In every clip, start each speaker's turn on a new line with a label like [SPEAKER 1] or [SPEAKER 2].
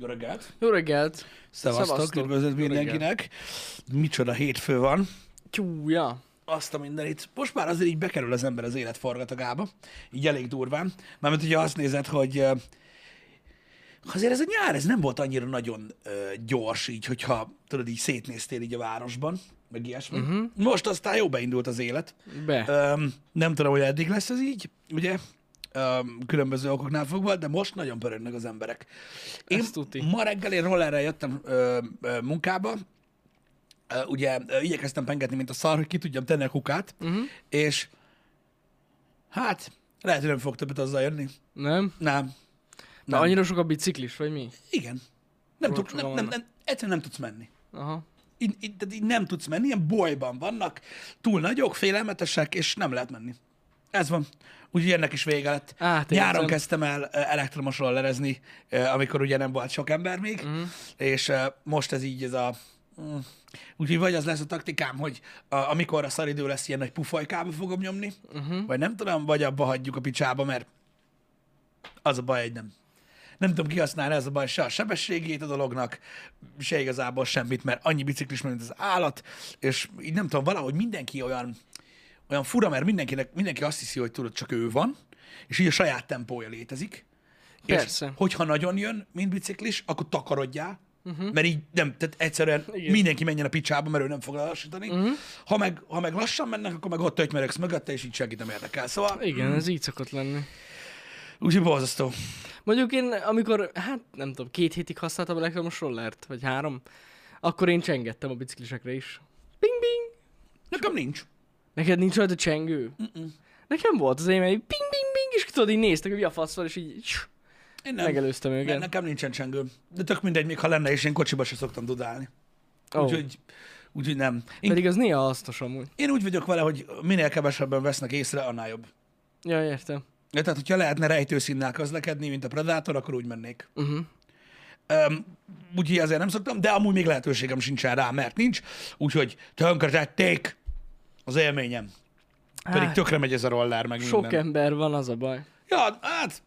[SPEAKER 1] Jó reggelt!
[SPEAKER 2] Jó reggelt!
[SPEAKER 1] Szevasztok,
[SPEAKER 2] Szevasztok.
[SPEAKER 1] üdvözlet
[SPEAKER 2] Jó reggelt.
[SPEAKER 1] mindenkinek! Micsoda hétfő van,
[SPEAKER 2] Tyúja!
[SPEAKER 1] azt a mindenit. Most már azért így bekerül az ember az élet forgatagába, így elég durván. Mármint ugye azt nézed, hogy ö, azért ez a nyár, ez nem volt annyira nagyon ö, gyors, így, hogyha tudod, így szétnéztél így a városban, meg ilyesmi.
[SPEAKER 2] Mhm.
[SPEAKER 1] Uh-huh. Most aztán jó beindult az élet.
[SPEAKER 2] Be.
[SPEAKER 1] Öm, nem tudom, hogy eddig lesz ez így, ugye? Öm, különböző okoknál fogva, de most nagyon pörögnek az emberek. Én
[SPEAKER 2] Ez tuti.
[SPEAKER 1] ma reggel én rollerrel jöttem ö, ö, munkába, ö, ugye ö, igyekeztem pengetni, mint a szar, hogy ki tudjam tenni a kukát, uh-huh. és hát lehet, hogy nem fog többet azzal jönni.
[SPEAKER 2] Nem?
[SPEAKER 1] Nem.
[SPEAKER 2] Na,
[SPEAKER 1] Nem.
[SPEAKER 2] annyira sok a biciklis, vagy mi?
[SPEAKER 1] Igen. Nem,
[SPEAKER 2] Rohadt
[SPEAKER 1] tud, nem,
[SPEAKER 2] sokan
[SPEAKER 1] nem,
[SPEAKER 2] vannak.
[SPEAKER 1] nem, egyszerűen nem tudsz menni.
[SPEAKER 2] Aha.
[SPEAKER 1] Így, így, tehát így nem tudsz menni, ilyen bolyban vannak, túl nagyok, félelmetesek, és nem lehet menni. Ez van. Úgyhogy ennek is vége lett.
[SPEAKER 2] Át
[SPEAKER 1] Nyáron
[SPEAKER 2] érzem.
[SPEAKER 1] kezdtem el ö, elektromos rollerezni, ö, amikor ugye nem volt sok ember még, mm. és ö, most ez így ez a... Mm. Úgyhogy vagy az lesz a taktikám, hogy a, amikor a szaridő lesz, ilyen nagy pufajkába fogom nyomni, uh-huh. vagy nem tudom, vagy abba hagyjuk a picsába, mert az a baj, hogy nem. Nem tudom kihasználni ez a baj se a sebességét a dolognak, se igazából semmit, mert annyi biciklis van, mint az állat, és így nem tudom, valahogy mindenki olyan, olyan fura, mert mindenkinek, mindenki azt hiszi, hogy tudod, csak ő van, és így a saját tempója létezik. És
[SPEAKER 2] Persze.
[SPEAKER 1] hogyha nagyon jön, mint biciklis, akkor takarodjál, uh-huh. mert így nem, tehát egyszerűen Igen.
[SPEAKER 2] Mhm. Igen. Mhm.
[SPEAKER 1] mindenki menjen a picsába, mert ő nem fog lassítani. Uh-huh. Ha, meg, ha meg lassan mennek, akkor meg ott tötymeregsz mögötte, és így senkit nem érdekel. Szóval,
[SPEAKER 2] Igen, ez így szokott lenni.
[SPEAKER 1] úgyhogy borzasztó.
[SPEAKER 2] Mondjuk én, amikor, hát nem tudom, két hétig használtam elektromos rollert, vagy három, akkor én csengettem a biciklisekre is. Ping-ping!
[SPEAKER 1] Nekem nincs.
[SPEAKER 2] Neked nincs rajta csengő? Mm-mm. Nekem volt az én, egy ping-ping-ping, és tudod, így néztek, hogy mi a fasz van, és így cs,
[SPEAKER 1] Én nem.
[SPEAKER 2] megelőztem
[SPEAKER 1] Ne,
[SPEAKER 2] őket.
[SPEAKER 1] nekem nincsen csengőm. De tök mindegy, még ha lenne, és én kocsiba se szoktam dudálni. Oh.
[SPEAKER 2] Oh.
[SPEAKER 1] Úgyhogy, úgyhogy nem. Én,
[SPEAKER 2] Pedig az néha hasznos amúgy.
[SPEAKER 1] én úgy vagyok vele, hogy minél kevesebben vesznek észre, annál jobb.
[SPEAKER 2] Ja, értem.
[SPEAKER 1] Ja, Tehát, hogyha lehetne rejtőszínnel közlekedni, mint a Predator, akkor úgy mennék.
[SPEAKER 2] Uh-huh.
[SPEAKER 1] Um, úgyhogy ezért nem szoktam, de amúgy még lehetőségem sincsen rá, mert nincs. Úgyhogy tönkretették az élményem. Pedig
[SPEAKER 2] Hát,
[SPEAKER 1] tökre megy ez a rollár, meg
[SPEAKER 2] sok
[SPEAKER 1] minden.
[SPEAKER 2] ember van, az a baj.
[SPEAKER 1] Ja, hát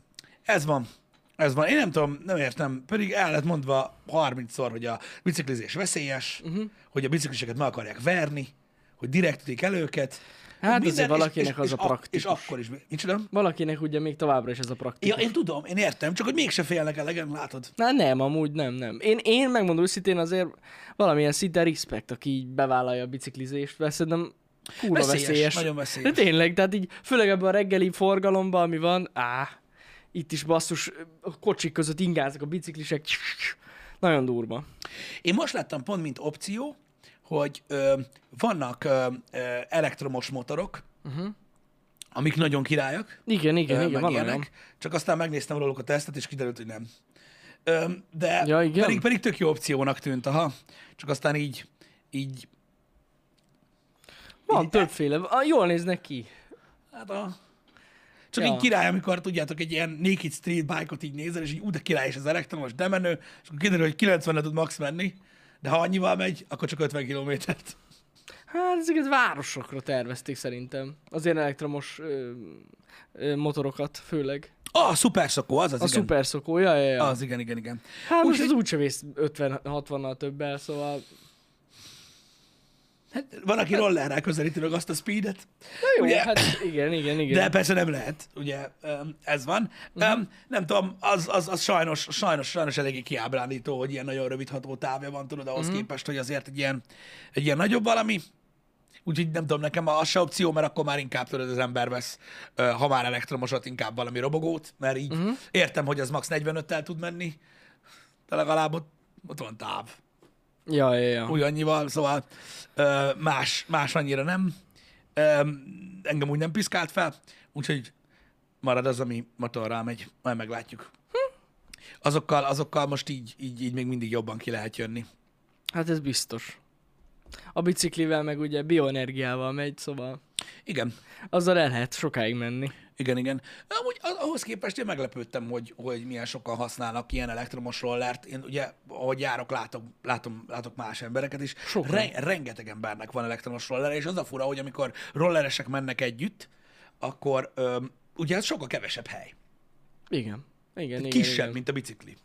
[SPEAKER 1] ez van. Ez van. Én nem tudom, nem értem. Pedig el lett mondva 30-szor, hogy a biciklizés veszélyes,
[SPEAKER 2] Mhm.
[SPEAKER 1] uh-huh. hogy a bicikliseket meg akarják verni, hogy direkt ütik el őket.
[SPEAKER 2] Hát
[SPEAKER 1] Minden,
[SPEAKER 2] azért valakinek az
[SPEAKER 1] és,
[SPEAKER 2] a
[SPEAKER 1] ak- És
[SPEAKER 2] praktikus.
[SPEAKER 1] akkor is. Micsoda?
[SPEAKER 2] Valakinek ugye még továbbra is ez a praktika.
[SPEAKER 1] Ja, én tudom, én értem, csak hogy mégse félnek elegen, látod.
[SPEAKER 2] Na nem, amúgy nem, nem. Én, én megmondom őszintén azért valamilyen szinten respekt, aki így bevállalja a biciklizést, mert szerintem kurva
[SPEAKER 1] Veszélyes,
[SPEAKER 2] veszélyes.
[SPEAKER 1] nagyon
[SPEAKER 2] De
[SPEAKER 1] veszélyes.
[SPEAKER 2] tényleg, tehát így főleg ebben a reggeli forgalomban, ami van, á, itt is basszus, a kocsik között ingáznak a biciklisek, nagyon durva.
[SPEAKER 1] Én most láttam pont, mint opció, hogy ö, vannak ö, ö, elektromos motorok, uh-huh.
[SPEAKER 2] Mhm.
[SPEAKER 1] amik nagyon királyok,
[SPEAKER 2] Igen, igen,
[SPEAKER 1] Ö, meg
[SPEAKER 2] igen, van olyan.
[SPEAKER 1] Csak aztán megnéztem róluk a tesztet, és kiderült, hogy nem. Ö, de
[SPEAKER 2] Ja, igen?
[SPEAKER 1] pedig, pedig tök jó opciónak tűnt, aha. Csak aztán így, így,
[SPEAKER 2] Van többféle, Ah, jól néznek ki.
[SPEAKER 1] hát a... Csak
[SPEAKER 2] Ja.
[SPEAKER 1] így király, amikor tudjátok, egy ilyen naked street bike-ot így nézel, és így ú, de király, és az elektromos, de menő, és akkor kiderül, hogy 90 tud max menni, de ha annyival megy, akkor csak 50 kilométert.
[SPEAKER 2] Hát ezeket városokra tervezték szerintem. Az ilyen elektromos ö, ö, motorokat főleg.
[SPEAKER 1] Ah, a szuperszokó, az az,
[SPEAKER 2] A
[SPEAKER 1] igen.
[SPEAKER 2] szuperszokó, ja, ja, ja.
[SPEAKER 1] Az, igen, igen, igen.
[SPEAKER 2] Hát most
[SPEAKER 1] Úgyhogy-
[SPEAKER 2] az úgyse vész 50-60-nal többel, szóval...
[SPEAKER 1] Hát, van, aki rollerrel közelíti meg azt a speedet.
[SPEAKER 2] Na jó,
[SPEAKER 1] Ugye?
[SPEAKER 2] Ugye? hát igen, igen, igen. Mhm.
[SPEAKER 1] De persze nem lehet, ugye öm, ez van. Uh-huh. Nem tudom, az, az, az sajnos, sajnos, sajnos eléggé kiábrándító, hogy ilyen nagyon rövid ható távja van, tudod, ahhoz
[SPEAKER 2] Mhm.
[SPEAKER 1] uh-huh. képest, hogy azért egy ilyen, egy ilyen nagyobb valami. Úgyhogy nem tudom, nekem az se opció, mert akkor már inkább tudod, az ember vesz, ö, ha már elektromosat, inkább valami robogót, mert így
[SPEAKER 2] Mhm.
[SPEAKER 1] uh-huh. értem, hogy az max 45-tel tud menni, de legalább ott, ott van táv.
[SPEAKER 2] Ja, ja, ja.
[SPEAKER 1] Úgy annyival, szóval ö, más, más annyira nem. Ö, engem úgy nem piszkált fel, úgyhogy marad az, ami motorral megy, majd meglátjuk. Hm. Azokkal, azokkal most így, így, így még mindig jobban ki lehet jönni.
[SPEAKER 2] Hát ez biztos. A biciklivel meg ugye bioenergiával megy, szóval
[SPEAKER 1] Igen,
[SPEAKER 2] azzal el lehet sokáig menni.
[SPEAKER 1] igen, igen. Amúgy a- ahhoz képest én meglepődtem, hogy, hogy milyen sokan használnak ilyen elektromos rollert. Én ugye, ahogy járok, látom, látom, látok más embereket is.
[SPEAKER 2] Sokan.
[SPEAKER 1] Re- rengeteg embernek van elektromos roller, és az a fura, hogy amikor rolleresek mennek együtt, akkor öm, ugye ez sokkal kevesebb hely.
[SPEAKER 2] Igen. Igen, igen,
[SPEAKER 1] Kisebb,
[SPEAKER 2] igen.
[SPEAKER 1] mint a bicikli.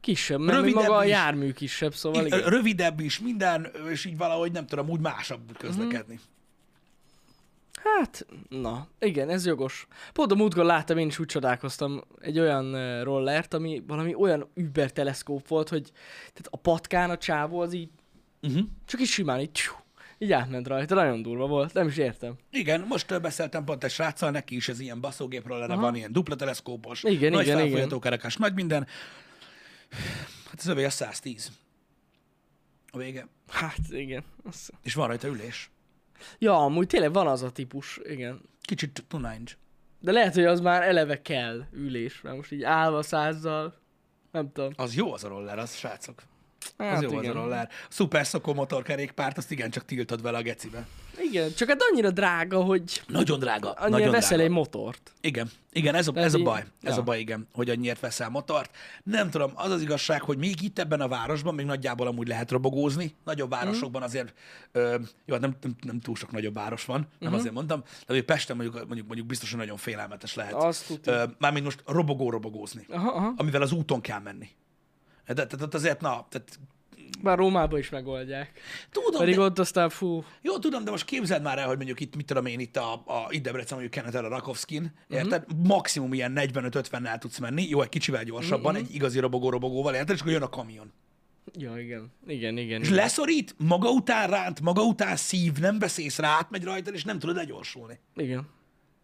[SPEAKER 2] Kisebb, mert még
[SPEAKER 1] Rövidebb
[SPEAKER 2] maga a
[SPEAKER 1] is.
[SPEAKER 2] jármű kisebb, szóval
[SPEAKER 1] Igen.
[SPEAKER 2] igen.
[SPEAKER 1] Rövidebb is minden, és így valahogy nem tudom, úgy
[SPEAKER 2] Mhm.
[SPEAKER 1] másabb közlekedni. Mm.
[SPEAKER 2] Hát, na, igen, ez jogos. Pont a múltkor láttam, én is úgy csodálkoztam egy olyan ö, rollert, ami valami olyan über teleszkóp volt, hogy tehát a patkán a csávó az így,
[SPEAKER 1] Uh-huh.
[SPEAKER 2] csak így simán így, tyú, így átment rajta, nagyon durva volt, nem is értem.
[SPEAKER 1] Igen, most ö, beszéltem pont egy sráccal, neki is ez ilyen baszógépről lenne, van ilyen dupla teleszkópos,
[SPEAKER 2] Igen,
[SPEAKER 1] nagy
[SPEAKER 2] igen, igen.
[SPEAKER 1] felfolytókerekes, nagy minden. Hát az övé a 110. A vége.
[SPEAKER 2] Hát, igen. Azt...
[SPEAKER 1] És van rajta ülés.
[SPEAKER 2] Ja, amúgy tényleg van az a típus, igen.
[SPEAKER 1] Kicsit tunáncs.
[SPEAKER 2] De lehet, hogy az már eleve kell ülés, mert most így állva százzal, nem tudom.
[SPEAKER 1] Az jó az a roller, az srácok. Az
[SPEAKER 2] Hát
[SPEAKER 1] hát jó igen. az a roller. Szuper szokó motorkerékpárt, azt igencsak tiltod vele a gecibe.
[SPEAKER 2] Igen, csak hát annyira drága, hogy
[SPEAKER 1] Nagyon drága.
[SPEAKER 2] annyira
[SPEAKER 1] nagyon
[SPEAKER 2] veszel
[SPEAKER 1] drága.
[SPEAKER 2] egy motort.
[SPEAKER 1] Igen, igen, ez a, ez a
[SPEAKER 2] így-
[SPEAKER 1] baj. Ez
[SPEAKER 2] ja.
[SPEAKER 1] a baj, igen, hogy annyiért veszel motort. Nem tudom, az az igazság, hogy még itt ebben a városban még nagyjából amúgy lehet robogózni. Nagyobb
[SPEAKER 2] Mhm.
[SPEAKER 1] városokban azért, ö, jó, hát nem, nem, nem túl sok nagyobb város van, nem
[SPEAKER 2] Mhm.
[SPEAKER 1] azért mondtam, de hogy Pesten mondjuk, mondjuk, mondjuk biztosan nagyon félelmetes lehet.
[SPEAKER 2] Az tuti.
[SPEAKER 1] Ö, Mármint most robogó-robogózni,
[SPEAKER 2] Aha, aha.
[SPEAKER 1] amivel az úton kell menni. De, de, de azért, na, tehát,
[SPEAKER 2] Bár Rómában is megoldják.
[SPEAKER 1] tudom,
[SPEAKER 2] Pedig
[SPEAKER 1] de,
[SPEAKER 2] ott aztán fú,
[SPEAKER 1] jó, tudom, de most képzeld már el, hogy mondjuk itt, mit tudom én, itt a, a itt Debrecen, mondjuk Kenetel a Rakovskin, érted? Maximum ilyen 45-50-nel tudsz menni, jó, egy kicsivel gyorsabban, egy igazi robogó-robogóval, érted? És akkor jön a kamion.
[SPEAKER 2] ja igen, igen, igen.
[SPEAKER 1] És
[SPEAKER 2] igen.
[SPEAKER 1] leszorít, maga után ránt, maga után szív, nem beszélsz rá, átmegy rajtad, és nem tudod legyorsulni.
[SPEAKER 2] igen.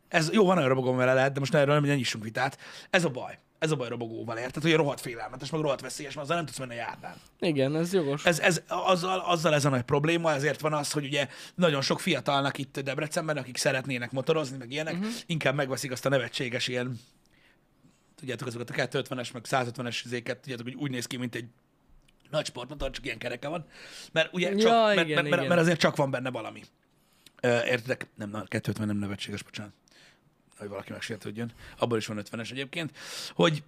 [SPEAKER 1] Ez jó, van olyan robogó, vele lehet, de most erről nem, nem nyissunk vitát. Ez a baj. Ez a baj robogóval, érted? Hogy rohadt félelmetes, meg rohadt veszélyes, mert azzal nem tudsz menni a járdán.
[SPEAKER 2] Igen, ez jogos.
[SPEAKER 1] Ez, ez, azzal, azzal ez a nagy probléma, ezért van az, hogy ugye nagyon sok fiatalnak itt Debrecenben, akik szeretnének motorozni, meg ilyenek,
[SPEAKER 2] Mhm.
[SPEAKER 1] uh-huh. inkább megveszik azt a nevetséges ilyen, tudjátok, azokat a 250-es, meg 150-es izéket, tudjátok, hogy úgy néz ki, mint egy nagy sportmotor, csak ilyen kereke van. Mert ugye
[SPEAKER 2] Ja,
[SPEAKER 1] csak, mert,
[SPEAKER 2] igen,
[SPEAKER 1] mert, mert,
[SPEAKER 2] igen.
[SPEAKER 1] mert, azért csak van benne valami. Ö, Értedek? Nem, na, 250 nem nevetséges, bocsánat. Hogy valaki megsértődjön. Abból is van 50-es egyébként. Hogy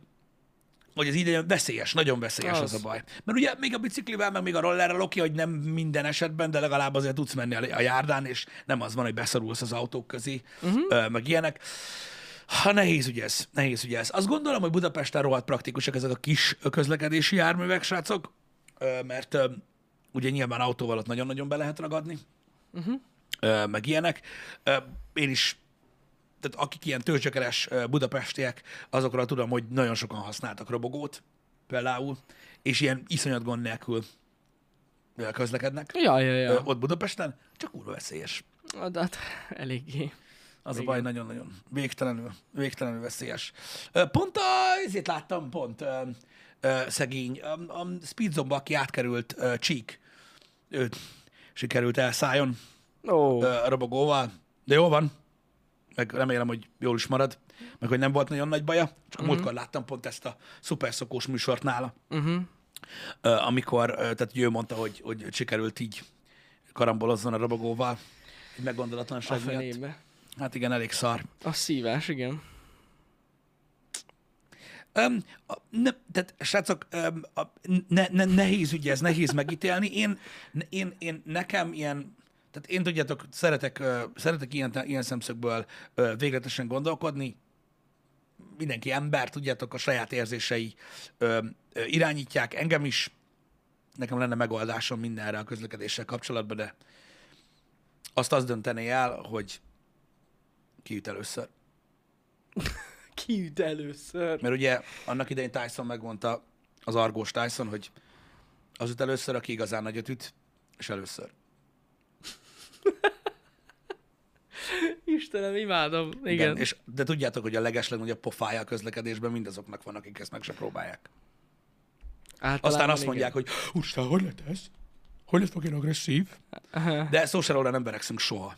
[SPEAKER 1] hogy ez így veszélyes, nagyon veszélyes az.
[SPEAKER 2] Az.
[SPEAKER 1] az a baj. Mert ugye még a biciklivel, meg még a rollerrel oké, hogy nem minden esetben, de legalább azért tudsz menni a a járdán, és nem az van, hogy beszorulsz az autók közé, uh-huh. meg ilyenek. Ha nehéz ugye ez, nehéz ugye ez. Azt gondolom, hogy Budapesten rohadt praktikusak ezek a kis közlekedési járművek, srácok, ö, mert ö, ugye nyilván autóval ott nagyon-nagyon be lehet ragadni, uh-huh. meg ilyenek. Ö, Én is tehát akik ilyen tőzsökeres ö, budapestiek, azokra tudom, hogy nagyon sokan használtak robogót például, és ilyen iszonyat gond nélkül ö, közlekednek
[SPEAKER 2] Ja, ja,
[SPEAKER 1] ja.
[SPEAKER 2] ja.
[SPEAKER 1] ott Budapesten, csak kurva veszélyes.
[SPEAKER 2] Hát, hát eléggé.
[SPEAKER 1] Az a baj nagyon-nagyon végtelenül, végtelenül veszélyes. Ö, Pont a, ezért láttam pont ö, ö, szegény, a, a speedzomba, aki átkerült ö, Csík, őt sikerült elszálljon
[SPEAKER 2] Ó,
[SPEAKER 1] ö, a robogóval, de jó van, meg remélem, hogy jól is marad, meg hogy nem volt nagyon nagy baja, csak uh-huh. múltkor láttam pont ezt a szuperszokós műsort nála,
[SPEAKER 2] uh-huh.
[SPEAKER 1] ö, amikor, ö, tehát hogy ő mondta, hogy, hogy sikerült így karambolozzon a robogóval, egy
[SPEAKER 2] a
[SPEAKER 1] meggondolatlanság miatt.
[SPEAKER 2] fenébe.
[SPEAKER 1] Hát igen, elég szar.
[SPEAKER 2] A szívás, igen.
[SPEAKER 1] Um, a, ne, tehát, srácok, um, a, ne, ne, nehéz ügy ez, nehéz megítélni. Én, én, én nekem ilyen, tehát én tudjátok, szeretek, ö, szeretek ilyen, ilyen szemszögből ö, végletesen gondolkodni. Mindenki ember, tudjátok, a saját érzései ö, ö, irányítják engem is. Nekem lenne megoldásom mindenre a közlekedéssel kapcsolatban, de azt azt döntené el, hogy ki üt először.
[SPEAKER 2] Kiüt először.
[SPEAKER 1] Mert ugye annak idején Tyson megmondta, az argós Tyson, hogy az üt először, aki igazán nagyot üt, és először.
[SPEAKER 2] Istenem, imádom. Igen. igen és...
[SPEAKER 1] És, de tudjátok, hogy a legeslegnagyobb pofája a közlekedésben mindazoknak van, akik ezt meg se próbálják. Aztán azt mondják, hogy úristen, hogy lett ez? Hogy lett fucking agresszív? De szó se róla nem berekszünk soha.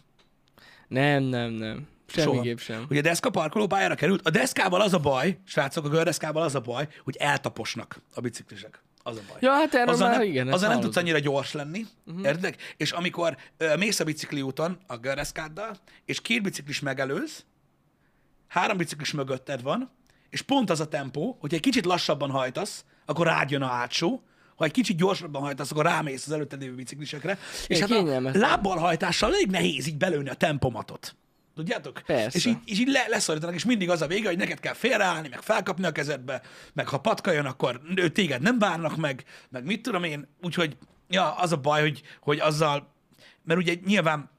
[SPEAKER 2] Nem, nem, nem. Semmiképp sem.
[SPEAKER 1] Ugye a deszka parkolópályára került. A deszkával az a baj, srácok, a gördeszkával az a baj, hogy eltaposnak a biciklisek. Az a baj.
[SPEAKER 2] Ja, hát erről
[SPEAKER 1] azzal
[SPEAKER 2] már
[SPEAKER 1] nem,
[SPEAKER 2] igen. ezt
[SPEAKER 1] azzal nem
[SPEAKER 2] hallottam. Mhm.
[SPEAKER 1] tudsz annyira gyors lenni, uh-huh. érted? És amikor ö, mész a bicikli úton a göreszkáddal, és két biciklis megelőz, három biciklis mögötted van, és pont az a tempó, hogy egy kicsit lassabban hajtasz, akkor rád jön a hátsó, ha egy kicsit gyorsabban hajtasz, akkor rámész az előtted lévő biciklisekre, és hát a
[SPEAKER 2] kényelmetlen.
[SPEAKER 1] lábbal hajtással elég nehéz így belőni a tempomatot. Tudjátok?
[SPEAKER 2] Persze.
[SPEAKER 1] És így, és így le, leszorítanak, és mindig az a vége, hogy neked kell félreállni, meg felkapni a kezedbe, meg ha patka jön, akkor ő téged nem bárnak meg, meg mit tudom én. Úgyhogy ja, az a baj, hogy, hogy azzal, mert ugye nyilván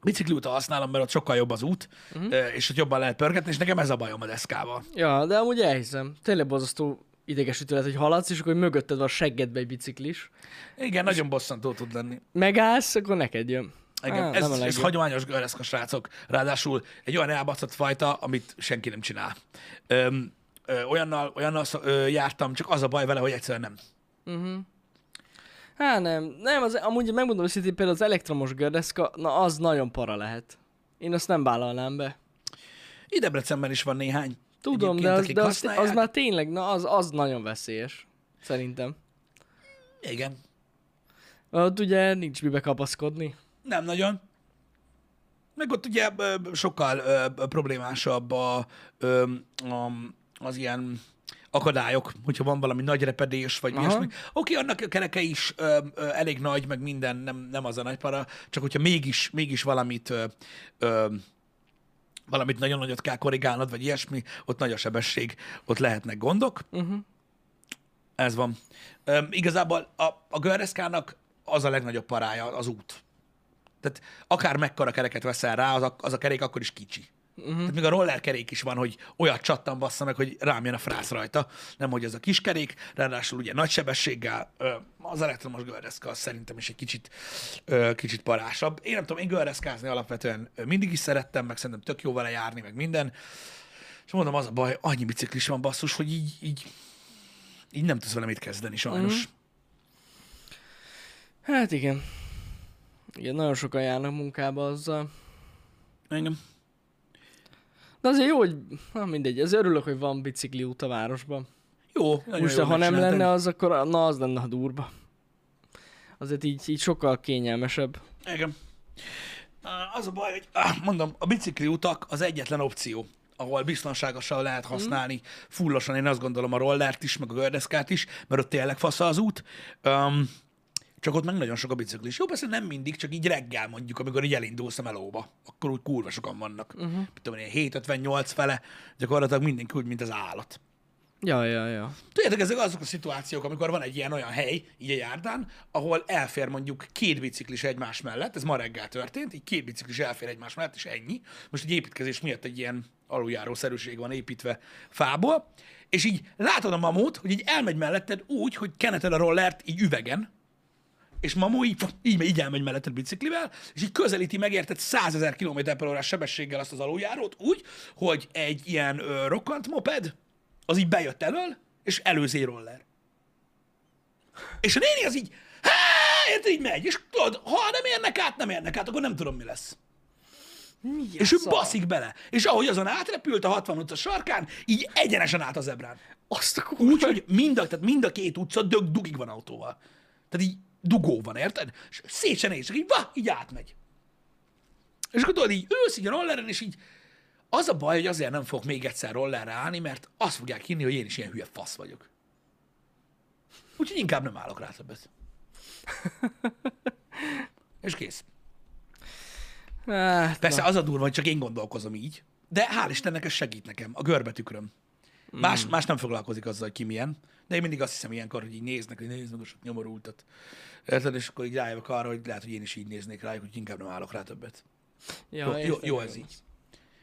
[SPEAKER 1] bicikliúta használom, mert ott sokkal jobb az út, uh-huh. és ott jobban lehet pörgetni, és nekem ez a bajom a deszkával.
[SPEAKER 2] Ja, de amúgy elhiszem. Tényleg borzasztó idegesítő lehet, hogy haladsz, és akkor mögötted van a seggedbe egy biciklis.
[SPEAKER 1] Igen, nagyon bosszantó tud lenni.
[SPEAKER 2] Megállsz, akkor neked jön.
[SPEAKER 1] Igen,
[SPEAKER 2] Á,
[SPEAKER 1] ez,
[SPEAKER 2] nem a
[SPEAKER 1] ez
[SPEAKER 2] legjobb.
[SPEAKER 1] hagyományos göreszka srácok. Ráadásul egy olyan elbaszott fajta, amit senki nem csinál. Öm, ö, olyannal olyannal szó- ö, jártam, csak az a baj vele, hogy egyszerűen nem.
[SPEAKER 2] Há, nem. Nem, az, amúgy megmondom őszintén, például az elektromos gördeszka, na az nagyon para lehet. Én azt nem vállalnám be.
[SPEAKER 1] Itt Debrecenben is van néhány.
[SPEAKER 2] Tudom,
[SPEAKER 1] egyébként,
[SPEAKER 2] de, az,
[SPEAKER 1] akik
[SPEAKER 2] de az,
[SPEAKER 1] használják.
[SPEAKER 2] az, már tényleg, na az, az nagyon veszélyes. Szerintem.
[SPEAKER 1] Igen,
[SPEAKER 2] Ott ugye nincs mibe kapaszkodni.
[SPEAKER 1] nem nagyon. Meg ott ugye ö, sokkal ö, problémásabb a, ö, a, az ilyen akadályok, hogyha van valami nagy repedés, vagy
[SPEAKER 2] Aha.
[SPEAKER 1] ilyesmi. Oké, annak a kereke is ö, ö, elég nagy, meg minden, nem, nem az a nagy para, csak hogyha mégis, mégis valamit ö, ö, valamit nagyon nagyot kell korrigálnod, vagy ilyesmi, ott nagy a sebesség, ott lehetnek gondok. Uh-huh. Ez van. Üm, igazából a, a görreszkának az a legnagyobb parája az út. Tehát akár mekkora kereket veszel rá, az a, az a kerék akkor is kicsi.
[SPEAKER 2] Mhm.
[SPEAKER 1] Uh-huh. Tehát még a roller kerék is van, hogy olyat csattan bassza meg, hogy rám jön a frász rajta. Nem, hogy ez a kis kerék, ráadásul ugye nagy sebességgel ö, az elektromos görreszka az szerintem is egy kicsit, ö, kicsit parásabb. Én nem tudom, én görreszkázni alapvetően ö, mindig is szerettem, meg szerintem tök jó vele járni, meg minden. És mondom, az a baj, annyi biciklis van basszus, hogy így, így, így nem tudsz vele mit kezdeni sajnos. Mm.
[SPEAKER 2] Hát igen. Igen, nagyon sokan járnak munkába azzal. Mhm.
[SPEAKER 1] Engem.
[SPEAKER 2] De azért jó, hogy... Na mindegy, ez örülök, hogy van bicikli út a városban.
[SPEAKER 1] Jó, nagyon
[SPEAKER 2] Most,
[SPEAKER 1] jól
[SPEAKER 2] ha nem
[SPEAKER 1] megcsináltad.
[SPEAKER 2] lenne az, akkor a- na az lenne a durva. Azért így, így sokkal kényelmesebb.
[SPEAKER 1] Igen. Ah, Az a baj, hogy ah, mondom, a bicikli utak az egyetlen opció, ahol biztonságosan lehet használni. Mm. Fullosan én azt gondolom a rollert is, meg a gördeszkát is, mert ott tényleg fasz az út. Um, csak ott meg nagyon sok a biciklis. Jó, persze nem mindig, csak így reggel mondjuk, amikor így elindulsz a melóba, akkor úgy kurva sokan vannak. Uh-huh. Mit tudom én, 7-58 fele, gyakorlatilag mindenki úgy, mint az állat.
[SPEAKER 2] Ja, ja, ja.
[SPEAKER 1] Tudjátok, ezek azok a szituációk, amikor van egy ilyen olyan hely, így a járdán, ahol elfér mondjuk két biciklis egymás mellett, ez ma reggel történt, így két biciklis elfér egymás mellett, és ennyi. Most egy építkezés miatt egy ilyen aluljárószerűség van építve fából, és így látod a mamót, hogy így elmegy melletted úgy, hogy keneted a rollert így üvegen, és mamó így, így, megy, így elmegy melletted biciklivel, és így közelíti meg érted 100 ezer km per órás sebességgel azt az aluljárót úgy, hogy egy ilyen ö, rokkant moped, az így bejött elől, és előzi roller. És a néni az így, "Há!" érted, így megy, és tudod, ha nem érnek át, nem érnek át, akkor nem tudom, mi lesz.
[SPEAKER 2] Mi
[SPEAKER 1] És ő baszik bele. És ahogy azon átrepült a 60 utca sarkán, így egyenesen át az ebrán.
[SPEAKER 2] Azt a kurva.
[SPEAKER 1] Úgy, hogy mind a, tehát mind a két utca dög, dugig van autóval. Tehát így dugó van, érted? És szét se néz, csak így, va, így átmegy. És akkor tudod, így ősz, így a rolleren, és így az a baj, hogy azért nem fog még egyszer rollerre állni, mert azt fogják hinni, hogy én is ilyen hülye fasz vagyok. Úgyhogy inkább nem állok rá többet. És kész.
[SPEAKER 2] Hát,
[SPEAKER 1] Persze az a durva, hogy csak én gondolkozom így, de hál' Istennek ez segít nekem, a görbetükröm. Más, más nem foglalkozik azzal, hogy ki milyen, de én mindig azt hiszem ilyenkor, hogy így néznek, hogy néznek, és sok nyomorultat. Érted? És akkor így rájövök arra, hogy lehet, hogy én is így néznék rájuk, hogy inkább nem állok rá többet.
[SPEAKER 2] ja,
[SPEAKER 1] Jó, jó,
[SPEAKER 2] értem,
[SPEAKER 1] jó ez így.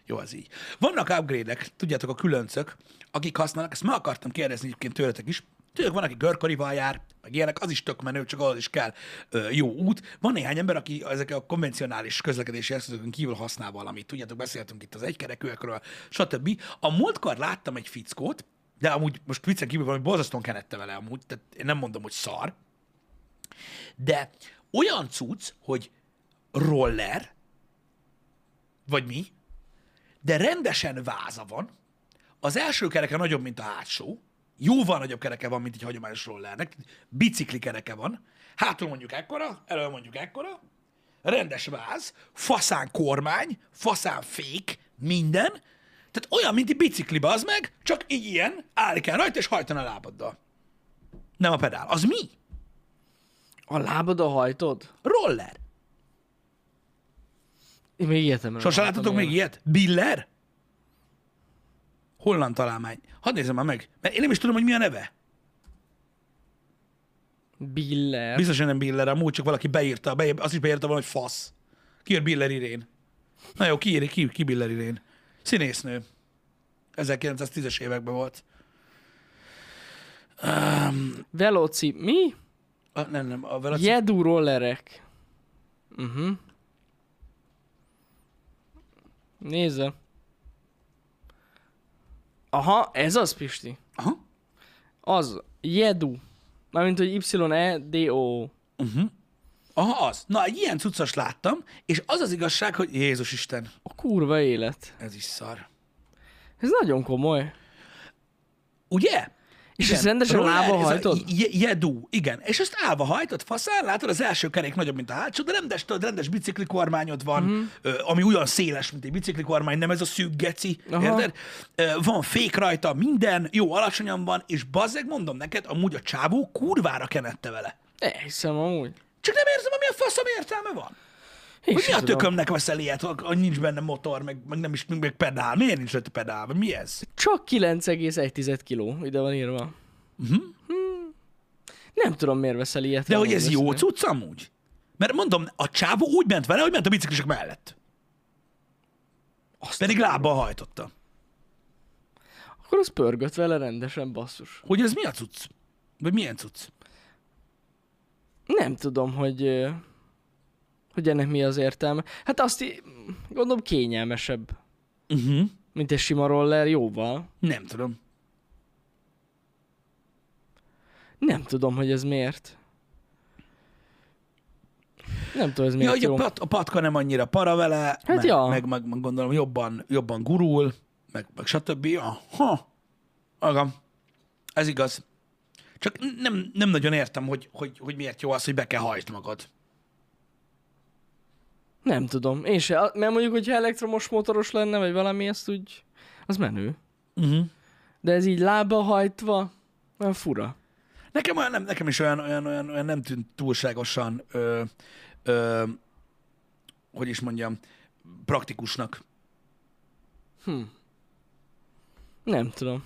[SPEAKER 1] Jó, ez így. Vannak upgrade-ek, tudjátok, a különcök, akik használnak, ezt meg akartam kérdezni egyébként tőletek is. Tudjátok, van, aki görkarival jár, meg ilyenek, az is tök menő, csak ahhoz is kell ö, jó út. Van néhány ember, aki ezek a konvencionális közlekedési eszközökön kívül használ valamit. Tudjátok, beszéltünk itt az egykerekűekről, stb. A múltkor láttam egy fickót, de amúgy most viccen kívül valami borzasztóan kenette vele amúgy, tehát én nem mondom, hogy szar, de olyan cucc, hogy roller, vagy mi, de rendesen váza van, az első kereke nagyobb, mint a hátsó, jóval nagyobb kereke van, mint egy hagyományos rollernek, bicikli kereke van, hátul mondjuk ekkora, elő mondjuk ekkora, rendes váz, faszán kormány, faszán fék, minden, tehát olyan, mint egy bicikli, az meg, csak így ilyen, állni kell rajta, és hajtani a lábaddal. Nem a pedál. Az mi?
[SPEAKER 2] A lábad a hajtod?
[SPEAKER 1] Roller.
[SPEAKER 2] Én még ilyetemre
[SPEAKER 1] Sose láttatok még ilyet? Biller? Holland találmány. Hadd nézem már meg, mert én nem is tudom, hogy mi a neve.
[SPEAKER 2] Biller.
[SPEAKER 1] Biztos, hogy nem Biller, amúgy csak valaki beírta, be, azt is beírta valami, hogy fasz. Ki jön Biller Irén? Na jó, ki, ír- ki, ki Biller Irén? Színésznő. 1910-es években volt.
[SPEAKER 2] Veloci. Mi?
[SPEAKER 1] A, nem, nem, a Velaci...
[SPEAKER 2] Jedú rollerek. Uh-huh. Nézze. Aha, ez az, Pisti.
[SPEAKER 1] Aha.
[SPEAKER 2] Az. Jedu. Mármint, hogy E Y-E-D-O.
[SPEAKER 1] Aha, az. Na, egy ilyen cuccas láttam, és az az igazság, hogy Jézus Isten,
[SPEAKER 2] A kurva élet.
[SPEAKER 1] ez is szar.
[SPEAKER 2] Ez nagyon komoly.
[SPEAKER 1] Ugye?
[SPEAKER 2] És ezt rendesen állva
[SPEAKER 1] ez a
[SPEAKER 2] hajtod?
[SPEAKER 1] je- Jedú, igen. És ezt állva hajtod, faszán, látod, az első kerék nagyobb, mint a hátsó, de rendes, tudod, rendes bicikli kormányod van,
[SPEAKER 2] Mhm.
[SPEAKER 1] ö, ami olyan széles, mint egy bicikli kormány, nem ez a szűk geci,
[SPEAKER 2] Aha.
[SPEAKER 1] érted? Ö, Van fék rajta, minden, jó alacsonyan van, és bazzeg, mondom neked, amúgy a csávó kurvára kenette vele.
[SPEAKER 2] Elhiszem amúgy.
[SPEAKER 1] Csak nem érzem, hogy mi a faszom értelme van.
[SPEAKER 2] Én
[SPEAKER 1] Hogy mi
[SPEAKER 2] sem
[SPEAKER 1] a
[SPEAKER 2] tudom.
[SPEAKER 1] tökömnek veszel ilyet, ha ha nincs benne motor, meg, meg nem is, meg pedál? Miért nincs rajta pedál? Vagy mi ez?
[SPEAKER 2] Csak 9,1 kiló, ide van írva. Uh-huh. Nem tudom, miért veszel ilyet.
[SPEAKER 1] Mhm. De
[SPEAKER 2] nem
[SPEAKER 1] hogy
[SPEAKER 2] úgy
[SPEAKER 1] ez
[SPEAKER 2] veszem.
[SPEAKER 1] jó cucc amúgy? Mert mondom, a csávó úgy ment vele, hogy ment a biciklisek mellett. Azt pedig lábbal hajtotta.
[SPEAKER 2] Akkor az pörgött vele rendesen, basszus.
[SPEAKER 1] Hogy ez mi a cucc? Vagy milyen cucc?
[SPEAKER 2] Nem tudom, hogy ö, hogy ennek mi az értelme. Hát azt í- gondolom kényelmesebb, Mhm.
[SPEAKER 1] Uh-huh.
[SPEAKER 2] mint egy sima roller, jóval.
[SPEAKER 1] Nem tudom.
[SPEAKER 2] Nem tudom, hogy ez miért. Nem tudom, ez
[SPEAKER 1] Ja,
[SPEAKER 2] miért
[SPEAKER 1] hogy
[SPEAKER 2] jó.
[SPEAKER 1] a, pat, a patka nem annyira para vele, hát meg,
[SPEAKER 2] ja.
[SPEAKER 1] meg, meg, meg gondolom jobban, jobban gurul, meg, meg stb. Ja, ha. Agam. Ez igaz. Csak nem, nem nagyon értem, hogy, hogy, hogy miért jó az, hogy be kell hajt magad.
[SPEAKER 2] Nem tudom, én se. A- Mert mondjuk, hogyha elektromos motoros lenne, vagy valami, ezt úgy... Az menő.
[SPEAKER 1] Uh-huh.
[SPEAKER 2] De ez így lába hajtva, olyan fura.
[SPEAKER 1] Nekem, olyan, nem, nekem is olyan, olyan, olyan, olyan nem tűnt túlságosan, ö, ö, hogy is mondjam, praktikusnak.
[SPEAKER 2] Nem tudom.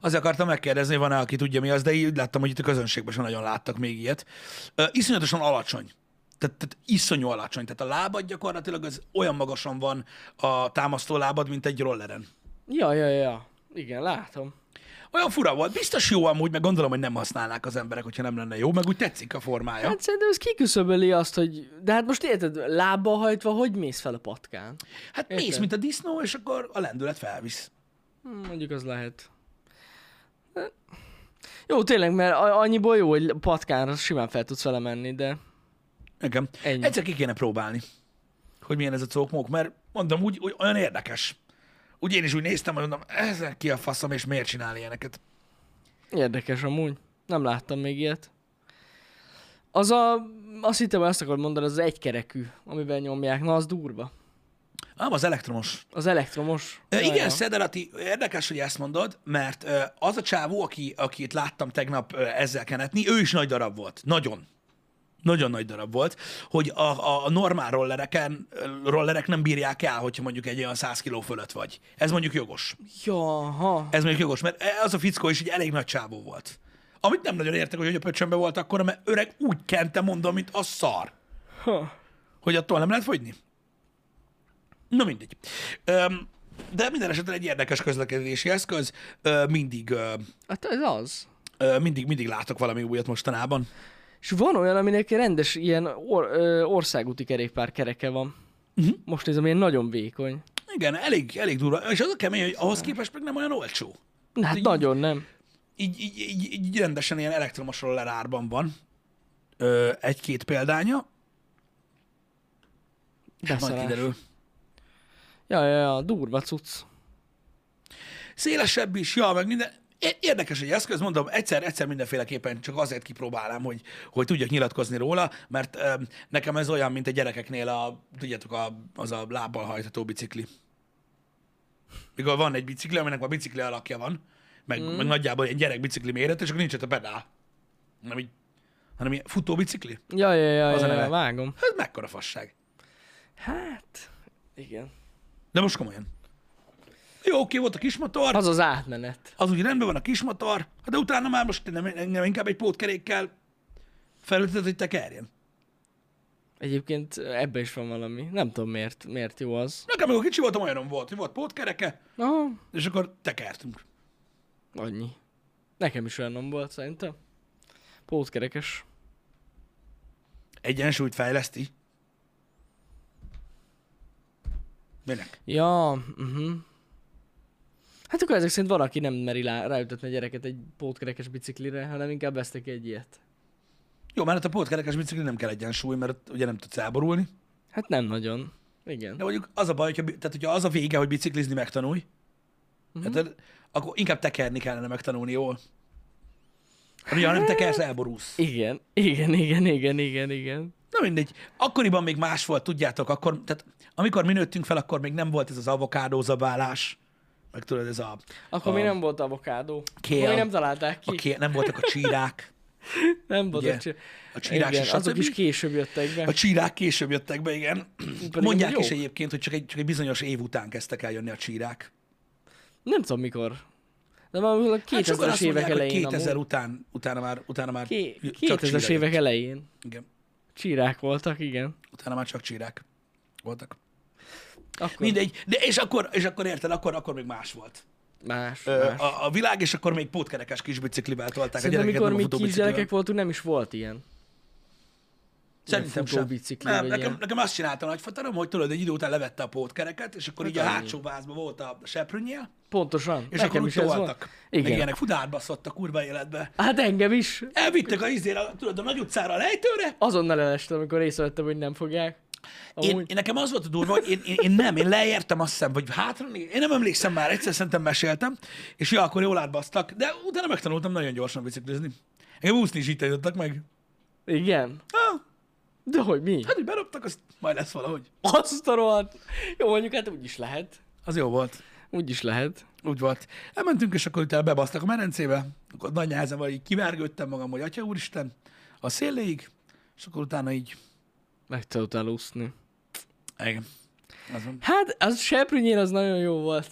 [SPEAKER 1] Azért akartam megkérdezni, hogy van-e, aki tudja mi az, de így láttam, hogy itt a közönségben sem nagyon láttak még ilyet. Ö, iszonyatosan alacsony. Tehát, tehát iszonyú alacsony. Tehát a lábad gyakorlatilag az olyan magasan van a támasztó lábad, mint egy rolleren.
[SPEAKER 2] Ja, ja, ja. Igen, látom.
[SPEAKER 1] Olyan fura volt. Biztos jó amúgy, meg gondolom, hogy nem használnák az emberek, hogyha nem lenne jó, meg úgy tetszik a formája.
[SPEAKER 2] Hát szerintem ez kiküszöböli azt, hogy... De hát most érted, lába hajtva, hogy mész fel a patkán?
[SPEAKER 1] Hát mész,
[SPEAKER 2] értem.
[SPEAKER 1] mint a disznó, és akkor a lendület felvisz.
[SPEAKER 2] Hm, Mondjuk az lehet. Jó, tényleg, mert a- annyiból jó, hogy patkánra simán fel tudsz vele menni, de...
[SPEAKER 1] Nekem.
[SPEAKER 2] Ennyi.
[SPEAKER 1] Egyszer ki kéne próbálni, hogy milyen ez a cókmók, mert mondom, úgy, úgy olyan érdekes. Úgy én is úgy néztem, hogy mondom, ezen ki a faszom, és miért csinál ilyeneket.
[SPEAKER 2] Érdekes amúgy. Nem láttam még ilyet. Az a... Azt hittem, hogy azt akarod mondani, az az egykerekű, amiben nyomják. Na, az durva.
[SPEAKER 1] Ám az elektromos.
[SPEAKER 2] Az elektromos.
[SPEAKER 1] Ö,
[SPEAKER 2] Ja,
[SPEAKER 1] Igen,
[SPEAKER 2] ja.
[SPEAKER 1] Szederati, érdekes, hogy ezt mondod, mert ö, az a csávó, aki, akit láttam tegnap ö, ezzel kenetni, ő is nagy darab volt. Nagyon. Nagyon nagy darab volt, hogy a, a, a normál rollereken, ö, rollerek nem bírják el, hogyha mondjuk egy olyan 100 kiló fölött vagy. Ez mondjuk jogos.
[SPEAKER 2] Jaha.
[SPEAKER 1] Ez még jogos, mert az a fickó is egy elég nagy csávó volt. Amit nem nagyon értek, hogy hogy a pöcsömbe volt akkor, mert öreg úgy kente, mondom, mint a szar.
[SPEAKER 2] Ha.
[SPEAKER 1] Hogy attól nem lehet fogyni? Na mindegy. Öm, de minden esetre egy érdekes közlekedési eszköz. Ö, mindig, ö,
[SPEAKER 2] Hát ez az.
[SPEAKER 1] ö, mindig, mindig látok valami újat mostanában.
[SPEAKER 2] És van olyan, aminek rendes ilyen or, ö, országúti kerékpár kereke van.
[SPEAKER 1] Mhm.
[SPEAKER 2] Uh-huh. Most nézem, ilyen nagyon vékony.
[SPEAKER 1] Igen, elég, elég durva. És az a kemény, hogy ahhoz képest meg nem olyan olcsó.
[SPEAKER 2] Na, hát
[SPEAKER 1] így-
[SPEAKER 2] nagyon nem.
[SPEAKER 1] Így, így, így, így rendesen ilyen elektromos roller árban van. Ö, egy-két példánya.
[SPEAKER 2] De
[SPEAKER 1] Majd kiderül.
[SPEAKER 2] Ja, ja, ja, durva cucc.
[SPEAKER 1] szélesebb is, ja, meg minden. É- Érdekes egy eszköz, mondom, egyszer, egyszer mindenféleképpen csak azért kipróbálám, hogy, hogy tudjak nyilatkozni róla, mert öm, nekem ez olyan, mint a gyerekeknél a, tudjátok, a, az a lábbal hajtható bicikli. Mikor van egy bicikli, aminek a bicikli alakja van, meg, mm. meg nagyjából egy gyerek bicikli méret, és akkor nincs ott a pedál, hanem így, hanem ilyen Hát futóbicikli.
[SPEAKER 2] Ja, ja, ja,
[SPEAKER 1] Az a
[SPEAKER 2] ja, ja,
[SPEAKER 1] neve.
[SPEAKER 2] vágom.
[SPEAKER 1] Ez mekkora fasság.
[SPEAKER 2] Hát, Igen.
[SPEAKER 1] De most komolyan. Jó, oké, volt a kismotor,
[SPEAKER 2] Az az átmenet.
[SPEAKER 1] az úgy rendben van a kismotor, hát de utána már most nem, engem inkább egy pótkerékkel felültetett, hogy tekerjen.
[SPEAKER 2] Egyébként ebbe is van valami. Nem tudom miért, miért jó az.
[SPEAKER 1] Nekem amikor kicsi voltam, olyanom volt, hogy volt pótkereke,
[SPEAKER 2] Aha,
[SPEAKER 1] és akkor tekertünk.
[SPEAKER 2] annyi. Nekem is olyanom volt szerintem. Pótkerekes.
[SPEAKER 1] Egyensúlyt fejleszti. Minek?
[SPEAKER 2] Ja,
[SPEAKER 1] mhm.
[SPEAKER 2] uh-huh. Hát akkor ezek szerint valaki nem meri lá- ráütetni a gyereket egy pótkerekes biciklire, hanem inkább vesztek egy ilyet.
[SPEAKER 1] Jó, mert hát a pótkerekes bicikli nem kell egyensúly, mert ott ugye nem tudsz elborulni.
[SPEAKER 2] Hát nem nagyon. Igen.
[SPEAKER 1] De mondjuk az a baj, hogyha, bi- tehát hogyha az a vége, hogy biciklizni megtanulj, uh-huh. hát, akkor inkább tekerni kellene megtanulni jól. Ami, ha nem tekersz, elborulsz.
[SPEAKER 2] Igen, igen, igen, igen, igen, igen.
[SPEAKER 1] Na mindegy. Akkoriban még más volt, tudjátok, akkor, tehát amikor mi nőttünk fel, akkor még nem volt ez az avokádózabálás, meg tudod, ez a,
[SPEAKER 2] Akkor mi nem volt avokádó.
[SPEAKER 1] Kél.
[SPEAKER 2] Akkor mi nem találták ki.
[SPEAKER 1] a ké, nem voltak a csírák,
[SPEAKER 2] Nem volt
[SPEAKER 1] ugye?
[SPEAKER 2] ott se-
[SPEAKER 1] A csírás
[SPEAKER 2] igen,
[SPEAKER 1] és a
[SPEAKER 2] azok
[SPEAKER 1] többi.
[SPEAKER 2] is később jöttek be.
[SPEAKER 1] A csírák később jöttek be, igen. Mondják
[SPEAKER 2] amúgy
[SPEAKER 1] is
[SPEAKER 2] jók.
[SPEAKER 1] egyébként, hogy csak egy, csak egy bizonyos év után kezdtek el jönni a csírák. Hát
[SPEAKER 2] Nem tudom mikor. De valahol a
[SPEAKER 1] Hát
[SPEAKER 2] 2000-es évek
[SPEAKER 1] hogy
[SPEAKER 2] elején
[SPEAKER 1] 2000
[SPEAKER 2] amúgy.
[SPEAKER 1] után, utána már, utána már
[SPEAKER 2] Ké-
[SPEAKER 1] csak
[SPEAKER 2] 2000-es
[SPEAKER 1] csírák
[SPEAKER 2] évek elején.
[SPEAKER 1] jött. Igen,
[SPEAKER 2] Csírák voltak, igen.
[SPEAKER 1] utána már csak csírák voltak.
[SPEAKER 2] Akkor
[SPEAKER 1] Mindegy, de és akkor, és akkor érted, akkor, akkor még más volt
[SPEAKER 2] más,
[SPEAKER 1] Ö,
[SPEAKER 2] más.
[SPEAKER 1] A, a, világ, és akkor még pótkerekes kisbiciklivel tolták
[SPEAKER 2] Szerintem,
[SPEAKER 1] a gyerekeket,
[SPEAKER 2] amikor
[SPEAKER 1] nem a
[SPEAKER 2] mi
[SPEAKER 1] futóbiciklivel.
[SPEAKER 2] kisgyerekek voltunk, nem is volt ilyen.
[SPEAKER 1] Szerintem sem.
[SPEAKER 2] futóbicikli,
[SPEAKER 1] Nem,
[SPEAKER 2] vagy
[SPEAKER 1] nekem,
[SPEAKER 2] ilyen.
[SPEAKER 1] nekem azt csinálta a nagyfatarom, hogy tudod, egy idő után levette a pótkereket, és akkor
[SPEAKER 2] Hát
[SPEAKER 1] így a
[SPEAKER 2] annyi.
[SPEAKER 1] hátsó vázba volt a seprűnyél,
[SPEAKER 2] Pontosan.
[SPEAKER 1] és
[SPEAKER 2] nekem
[SPEAKER 1] akkor úgy
[SPEAKER 2] is ez volt.
[SPEAKER 1] toltak. Meg
[SPEAKER 2] Igen.
[SPEAKER 1] ilyenek fudárba szott a kurva életbe.
[SPEAKER 2] Hát engem is.
[SPEAKER 1] Elvittek a izére, tudod, a nagy utcára a lejtőre.
[SPEAKER 2] Azonnal elestem, amikor észrevettem, hogy nem fogják.
[SPEAKER 1] Én,
[SPEAKER 2] Amúgy
[SPEAKER 1] én, nekem az volt a durva, hogy én, én, én nem, én leértem azt hiszem, vagy hátra, én nem emlékszem már, egyszer szerintem meséltem, és ja, akkor jól átbasztak, de utána megtanultam nagyon gyorsan biciklizni. Engem úszni is így tanítottak meg.
[SPEAKER 2] Igen.
[SPEAKER 1] Ah,
[SPEAKER 2] De hogy mi?
[SPEAKER 1] hát, hogy berobtak, azt majd lesz valahogy.
[SPEAKER 2] Azt a rohadt. Jó, mondjuk hát úgy is lehet.
[SPEAKER 1] Az jó volt.
[SPEAKER 2] Úgy is lehet.
[SPEAKER 1] Úgy volt. Elmentünk, és akkor utána bebasztak a merencébe, akkor nagy nyázával így kivergődtem magam, hogy atya úristen, a széléig, és akkor utána így,
[SPEAKER 2] Meg tudtál úszni.
[SPEAKER 1] igen. Azon.
[SPEAKER 2] Hát, az seprűnyén az nagyon jó volt.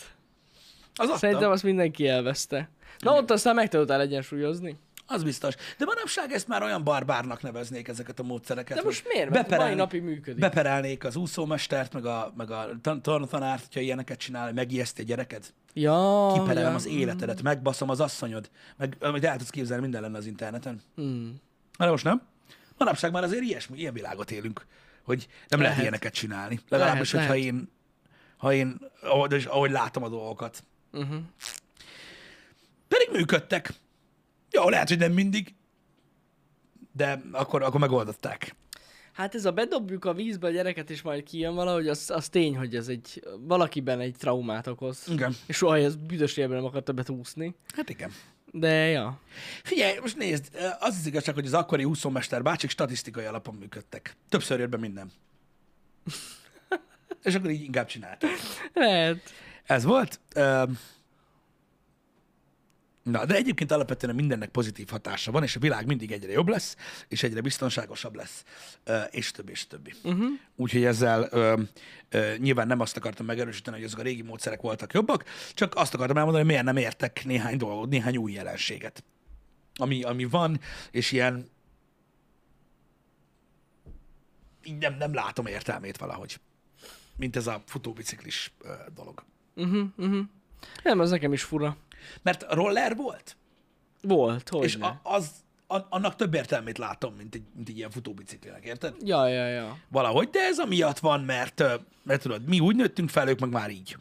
[SPEAKER 1] Az adta.
[SPEAKER 2] Szerintem azt mindenki elveszte. Na ott aztán megtanultál egyensúlyozni.
[SPEAKER 1] Az biztos. De manapság ezt már olyan barbárnak neveznék ezeket a módszereket.
[SPEAKER 2] De
[SPEAKER 1] hogy
[SPEAKER 2] most miért? Mert
[SPEAKER 1] beperelni-
[SPEAKER 2] mai napig működik.
[SPEAKER 1] Beperelnék az úszómestert, meg a, meg a tan- tan- tanárt, hogyha ilyeneket csinál, megijeszti a gyereket.
[SPEAKER 2] ja,
[SPEAKER 1] Kiperelem
[SPEAKER 2] ja.
[SPEAKER 1] az életedet, megbaszom az asszonyod. Meg, amit el tudsz képzelni, minden lenne az interneten.
[SPEAKER 2] Hmm.
[SPEAKER 1] Na, De most nem. Manapság már azért ilyesmi, ilyen világot élünk, hogy nem lehet,
[SPEAKER 2] Lehet.
[SPEAKER 1] ilyeneket csinálni. Legalábbis,
[SPEAKER 2] Lehet,
[SPEAKER 1] hogyha én, ha én ahogy, és ahogy látom a dolgokat.
[SPEAKER 2] Uh-huh.
[SPEAKER 1] Pedig működtek. Jó, lehet, hogy nem mindig, de akkor, akkor megoldották.
[SPEAKER 2] Hát ez a bedobjuk a vízbe a gyereket, és majd kijön valahogy, az, az tény, hogy ez egy, valakiben egy traumát okoz.
[SPEAKER 1] Igen.
[SPEAKER 2] És soha ez büdös életben nem akar többet úszni.
[SPEAKER 1] Hát igen.
[SPEAKER 2] De ja.
[SPEAKER 1] Figyelj, most nézd, az az igazság, hogy az akkori úszómester bácsik statisztikai alapon működtek. Többször jött be minden. És akkor így inkább csinálták.
[SPEAKER 2] Lehet.
[SPEAKER 1] Ez volt. Öm, Na, de egyébként alapvetően a mindennek pozitív hatása van, és a világ mindig egyre jobb lesz, és egyre biztonságosabb lesz, ö, és többi, és többi. Uh-huh. Úgyhogy ezzel ö, ö, nyilván nem azt akartam megerősíteni, hogy azok a régi módszerek voltak jobbak, csak azt akartam elmondani, hogy miért nem értek néhány dolgot, néhány új jelenséget, ami, ami van, és ilyen így nem, nem látom értelmét valahogy, mint ez a futóbiciklis ö, dolog.
[SPEAKER 2] Uh-huh, uh-huh. Nem, az nekem is fura.
[SPEAKER 1] Mert roller volt,
[SPEAKER 2] Volt, hogy
[SPEAKER 1] és a, az, a, annak több értelmét látom, mint egy, mint egy ilyen futóbiciklinek, érted?
[SPEAKER 2] Ja, ja, ja.
[SPEAKER 1] Valahogy, de ez amiatt van, mert, ö, mert tudod, mi úgy nőttünk fel, ők meg már így.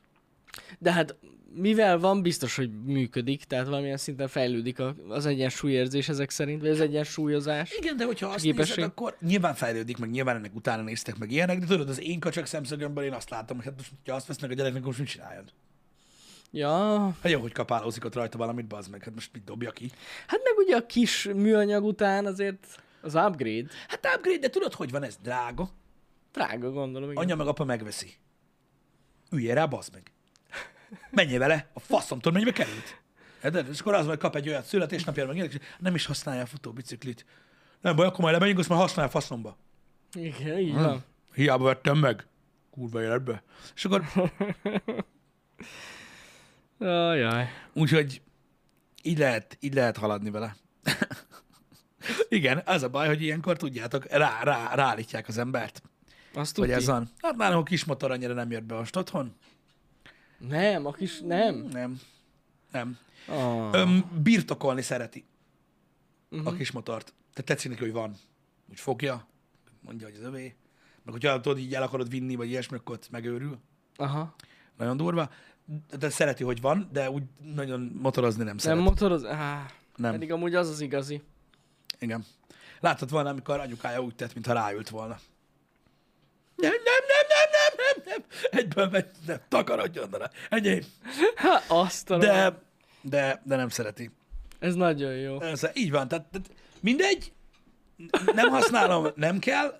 [SPEAKER 2] De hát mivel van, biztos, hogy működik, tehát valamilyen szinten fejlődik a- az egyensúlyérzés ezek szerint, vagy az egyensúlyozás.
[SPEAKER 1] Igen, de hogyha azt
[SPEAKER 2] képesség.
[SPEAKER 1] nézed, akkor nyilván fejlődik, meg nyilván ennek utána néztek meg ilyenek, de tudod, az én kacsak szemszögömből én azt látom, hogy hát most, ha azt vesznek a gyereknek, akkor most mit csináljon?
[SPEAKER 2] Ja,
[SPEAKER 1] Hát jó, hogy kapálózik ott rajta valamit, bazd meg, hát most mit dobja ki?
[SPEAKER 2] hát meg ugye a kis műanyag után azért az upgrade,
[SPEAKER 1] Hát upgrade, de tudod, hogy van ez? Drága.
[SPEAKER 2] drága gondolom, igen.
[SPEAKER 1] Anya meg apa megveszi. Üljél rá, bazd meg. Menjél vele, a faszomtól mennyibe került. Érted? És akkor az majd kap egy olyan születésnapjára, meg ilyenek, és nem is használja a futóbiciklit. Nem baj, akkor majd lemegyünk, azt már használja a faszomba.
[SPEAKER 2] Igen, így van.
[SPEAKER 1] Hiába vettem meg. kurva életbe. És akkor
[SPEAKER 2] Ajaj.
[SPEAKER 1] Úgyhogy így lehet, így lehet haladni vele. Igen, az a baj, hogy ilyenkor tudjátok, rá, rá, ráállítják az embert.
[SPEAKER 2] Azt
[SPEAKER 1] Hogy
[SPEAKER 2] tudja.
[SPEAKER 1] ez van. Hát nálam a kis motor annyira nem jött be most otthon.
[SPEAKER 2] Nem, a kis... Nem.
[SPEAKER 1] Nem. Nem.
[SPEAKER 2] Ah.
[SPEAKER 1] Öm, birtokolni szereti uh-huh. a kis motort. Tehát tetszik neki, hogy van. Úgy fogja, mondja, hogy az övé. Meg hogyha tudod, így el akarod vinni, vagy ilyesmi, akkor ott megőrül.
[SPEAKER 2] Aha.
[SPEAKER 1] Nagyon durva. De szereti, hogy van, de úgy nagyon motorozni nem szeret.
[SPEAKER 2] Nem motoroz... Ah.
[SPEAKER 1] Nem.
[SPEAKER 2] Nem. Pedig amúgy az az igazi.
[SPEAKER 1] Igen. Láttad volna, amikor anyukája úgy tett, mintha ráült volna. Nem, nem, nem, nem, nem, nem, nem. Egyből megy, nem, takarodjon rá. Ennyi.
[SPEAKER 2] Ha, azt a rohadt.
[SPEAKER 1] De, de, de nem szereti.
[SPEAKER 2] Ez nagyon jó.
[SPEAKER 1] Ez, így van, tehát, tehát mindegy, nem használom, nem kell,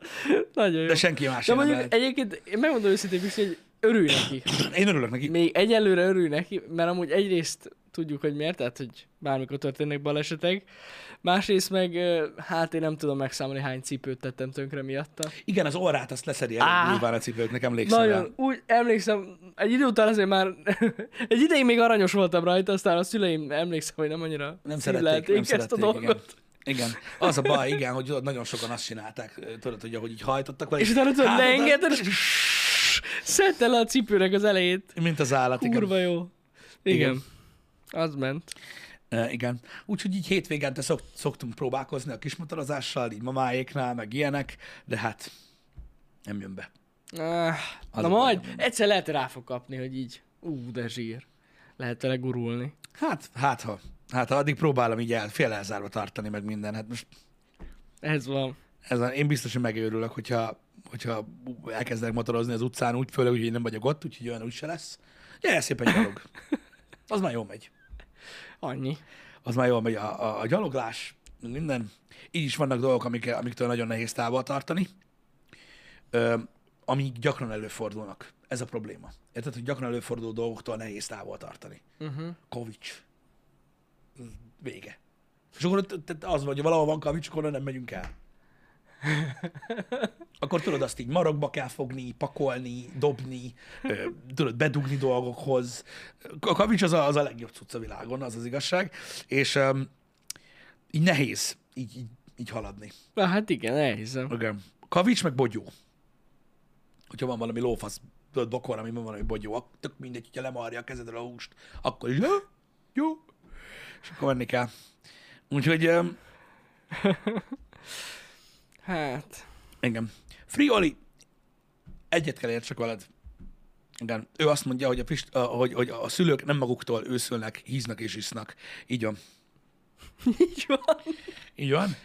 [SPEAKER 2] Nagyon jó.
[SPEAKER 1] de senki más
[SPEAKER 2] De
[SPEAKER 1] nem
[SPEAKER 2] mondjuk
[SPEAKER 1] lehet.
[SPEAKER 2] egyébként, én megmondom őszintén, Pisti, hogy örülj neki.
[SPEAKER 1] Én örülök neki.
[SPEAKER 2] Még egyelőre örülj neki, mert amúgy egyrészt tudjuk, hogy miért, tehát, hogy bármikor történnek balesetek. Másrészt meg, ö, hát én nem tudom megszámolni, hány cipőt tettem tönkre miatta.
[SPEAKER 1] Igen, az orrát azt leszedi el,
[SPEAKER 2] Á.
[SPEAKER 1] nyilván a cipőknek, emlékszem rá.
[SPEAKER 2] Nagyon, úgy emlékszem, egy idő után azért már, egy ideig még aranyos voltam rajta, aztán a szüleim emlékszem, hogy nem annyira
[SPEAKER 1] Nem szerették,
[SPEAKER 2] szívlelték
[SPEAKER 1] nem
[SPEAKER 2] ezt a
[SPEAKER 1] szerették,
[SPEAKER 2] dolgot.
[SPEAKER 1] igen. Igen. Az a baj, igen, hogy tudod, nagyon sokan azt csinálták, tudod, hogy ahogy így hajtottak. vagy
[SPEAKER 2] És utána tudod,
[SPEAKER 1] hátra-
[SPEAKER 2] leengeded, és szedte le a cipőnek az elejét.
[SPEAKER 1] Mint az állat, igen.
[SPEAKER 2] Kurva jó. Igen. Az ment.
[SPEAKER 1] E, igen. Úgyhogy így hétvégente szok, szoktunk próbálkozni a kismotorozással, így mamáéknál, meg ilyenek, de hát nem jön be.
[SPEAKER 2] Ah,
[SPEAKER 1] a
[SPEAKER 2] na majd egyszer lehet hogy rá fog kapni, hogy így, ú, de zsír. Lehet vele gurulni.
[SPEAKER 1] Hát, hát ha. Hát ha addig próbálom így el, fél elzárva tartani, meg minden. Hát most
[SPEAKER 2] Ez van.
[SPEAKER 1] ez a, én biztos, hogy megőrülök, hogyha, hogyha elkezdek motorozni az utcán, úgy főleg, hogy én nem vagyok ott, úgyhogy olyan úgy se lesz. Gyere szépen gyalog. Az már jól megy.
[SPEAKER 2] Annyi.
[SPEAKER 1] Az már jól megy a, a, a gyaloglás, meg minden. Így is vannak dolgok, amik, amiktől nagyon nehéz távol tartani. ö, amik gyakran előfordulnak. Ez a probléma. Érted, hogy gyakran előforduló dolgoktól nehéz távol tartani.
[SPEAKER 2] Uh-huh.
[SPEAKER 1] Kovics. Vége. És akkor ott, tehát az van, hogy valahol van kavics, akkor nem megyünk el. Akkor tudod, azt így marokba kell fogni, pakolni, dobni, ö, tudod, bedugni dolgokhoz. A kavics az a, az a legjobb cucc a világon, az az igazság. És um, így nehéz így, így, így haladni.
[SPEAKER 2] Na, hát igen, elhiszem.
[SPEAKER 1] Igen. Kavics meg bogyó. Hogyha van valami lófasz, tudod, bokor, ami van valami bogyó, ak- tök mindegy, hogyha lemarja a kezedről a húst, akkor is, "Ja, jó, és akkor menni kell. Úgyhogy, öm,
[SPEAKER 2] Hát,
[SPEAKER 1] igen. Frioli, egyet kell értsek veled. Igen. Ő azt mondja, hogy a, pist, a, hogy, hogy a szülők nem maguktól őszülnek, híznak és isznak. Így van.
[SPEAKER 2] így van.
[SPEAKER 1] Így van.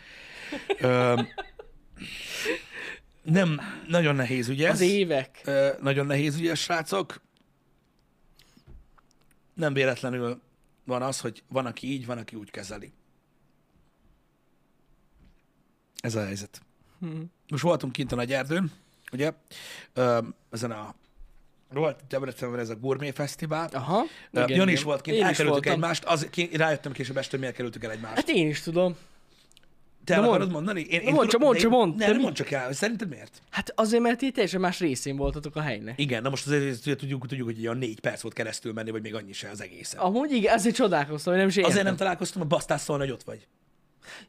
[SPEAKER 1] Öm, nem, nagyon nehéz, ugye?
[SPEAKER 2] Az
[SPEAKER 1] ez?
[SPEAKER 2] évek.
[SPEAKER 1] Ö, nagyon nehéz ugye, srácok. Nem véletlenül van az, hogy van, aki így, van, aki úgy kezeli. Ez a helyzet.
[SPEAKER 2] Hmm.
[SPEAKER 1] Most voltunk kint a nagy erdőn, ugye? Ö, ezen a volt Debrecenben ez a Gourmet Fesztivál.
[SPEAKER 2] Aha.
[SPEAKER 1] Ö,
[SPEAKER 2] Ah, igen,
[SPEAKER 1] Jön is
[SPEAKER 2] igen.
[SPEAKER 1] volt kint,
[SPEAKER 2] Én is
[SPEAKER 1] elkerültük
[SPEAKER 2] voltam.
[SPEAKER 1] egymást. Az, ki, rájöttem később este, hogy miért kerültük el egymást.
[SPEAKER 2] Hát én is tudom.
[SPEAKER 1] Te
[SPEAKER 2] de
[SPEAKER 1] el
[SPEAKER 2] mondd.
[SPEAKER 1] akarod mondani? Én,
[SPEAKER 2] mondd csak, mondd
[SPEAKER 1] de
[SPEAKER 2] csak,
[SPEAKER 1] én-
[SPEAKER 2] mondd. Te
[SPEAKER 1] Ne,
[SPEAKER 2] mi-
[SPEAKER 1] mondd csak el. Szerinted miért?
[SPEAKER 2] Hát azért, mert ti teljesen más részén voltatok a helynek.
[SPEAKER 1] Igen, na most azért ugye tudjuk, tudjuk, hogy olyan négy perc volt keresztül menni, vagy még annyi se az egészen.
[SPEAKER 2] Amúgy igen, azért csodálkoztam, hogy nem is értem.
[SPEAKER 1] Azért nem találkoztam, a basztás szólna, hogy ott vagy.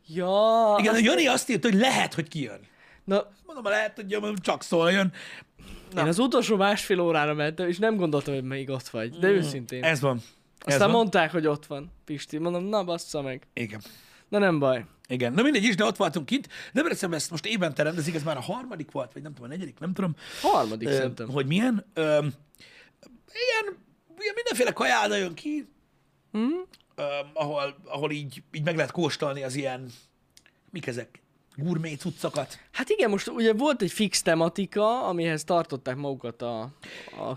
[SPEAKER 2] Ja,
[SPEAKER 1] Igen,
[SPEAKER 2] azt-
[SPEAKER 1] azt Jani azt írt, hogy lehet, hogy kijön.
[SPEAKER 2] na,
[SPEAKER 1] Mondom, ha lehet, hogy jön, csak szólna jön. Na.
[SPEAKER 2] én az utolsó másfél órára mentem, és nem gondoltam, hogy még ott vagy, de őszintén.
[SPEAKER 1] Mm. Ez van. Ez
[SPEAKER 2] Aztán
[SPEAKER 1] van.
[SPEAKER 2] mondták, hogy ott van, Pisti. Mondom, na bassza meg.
[SPEAKER 1] Igen.
[SPEAKER 2] Na nem baj.
[SPEAKER 1] Igen. Na mindegy is, de ott voltunk kint. Debrecen ezt most évente rendezik, ez már a harmadik volt, vagy nem tudom, a negyedik, nem tudom,
[SPEAKER 2] Harmadik
[SPEAKER 1] ö,
[SPEAKER 2] szerintem.
[SPEAKER 1] hogy milyen. Ö, ilyen, ilyen mindenféle kajáda jön ki,
[SPEAKER 2] Mhm.
[SPEAKER 1] ö, ahol, ahol így, így meg lehet kóstolni az ilyen, mik ezek, gurmé cuccokat.
[SPEAKER 2] Hát igen, most ugye volt egy fix tematika, amihez tartották magukat a, a,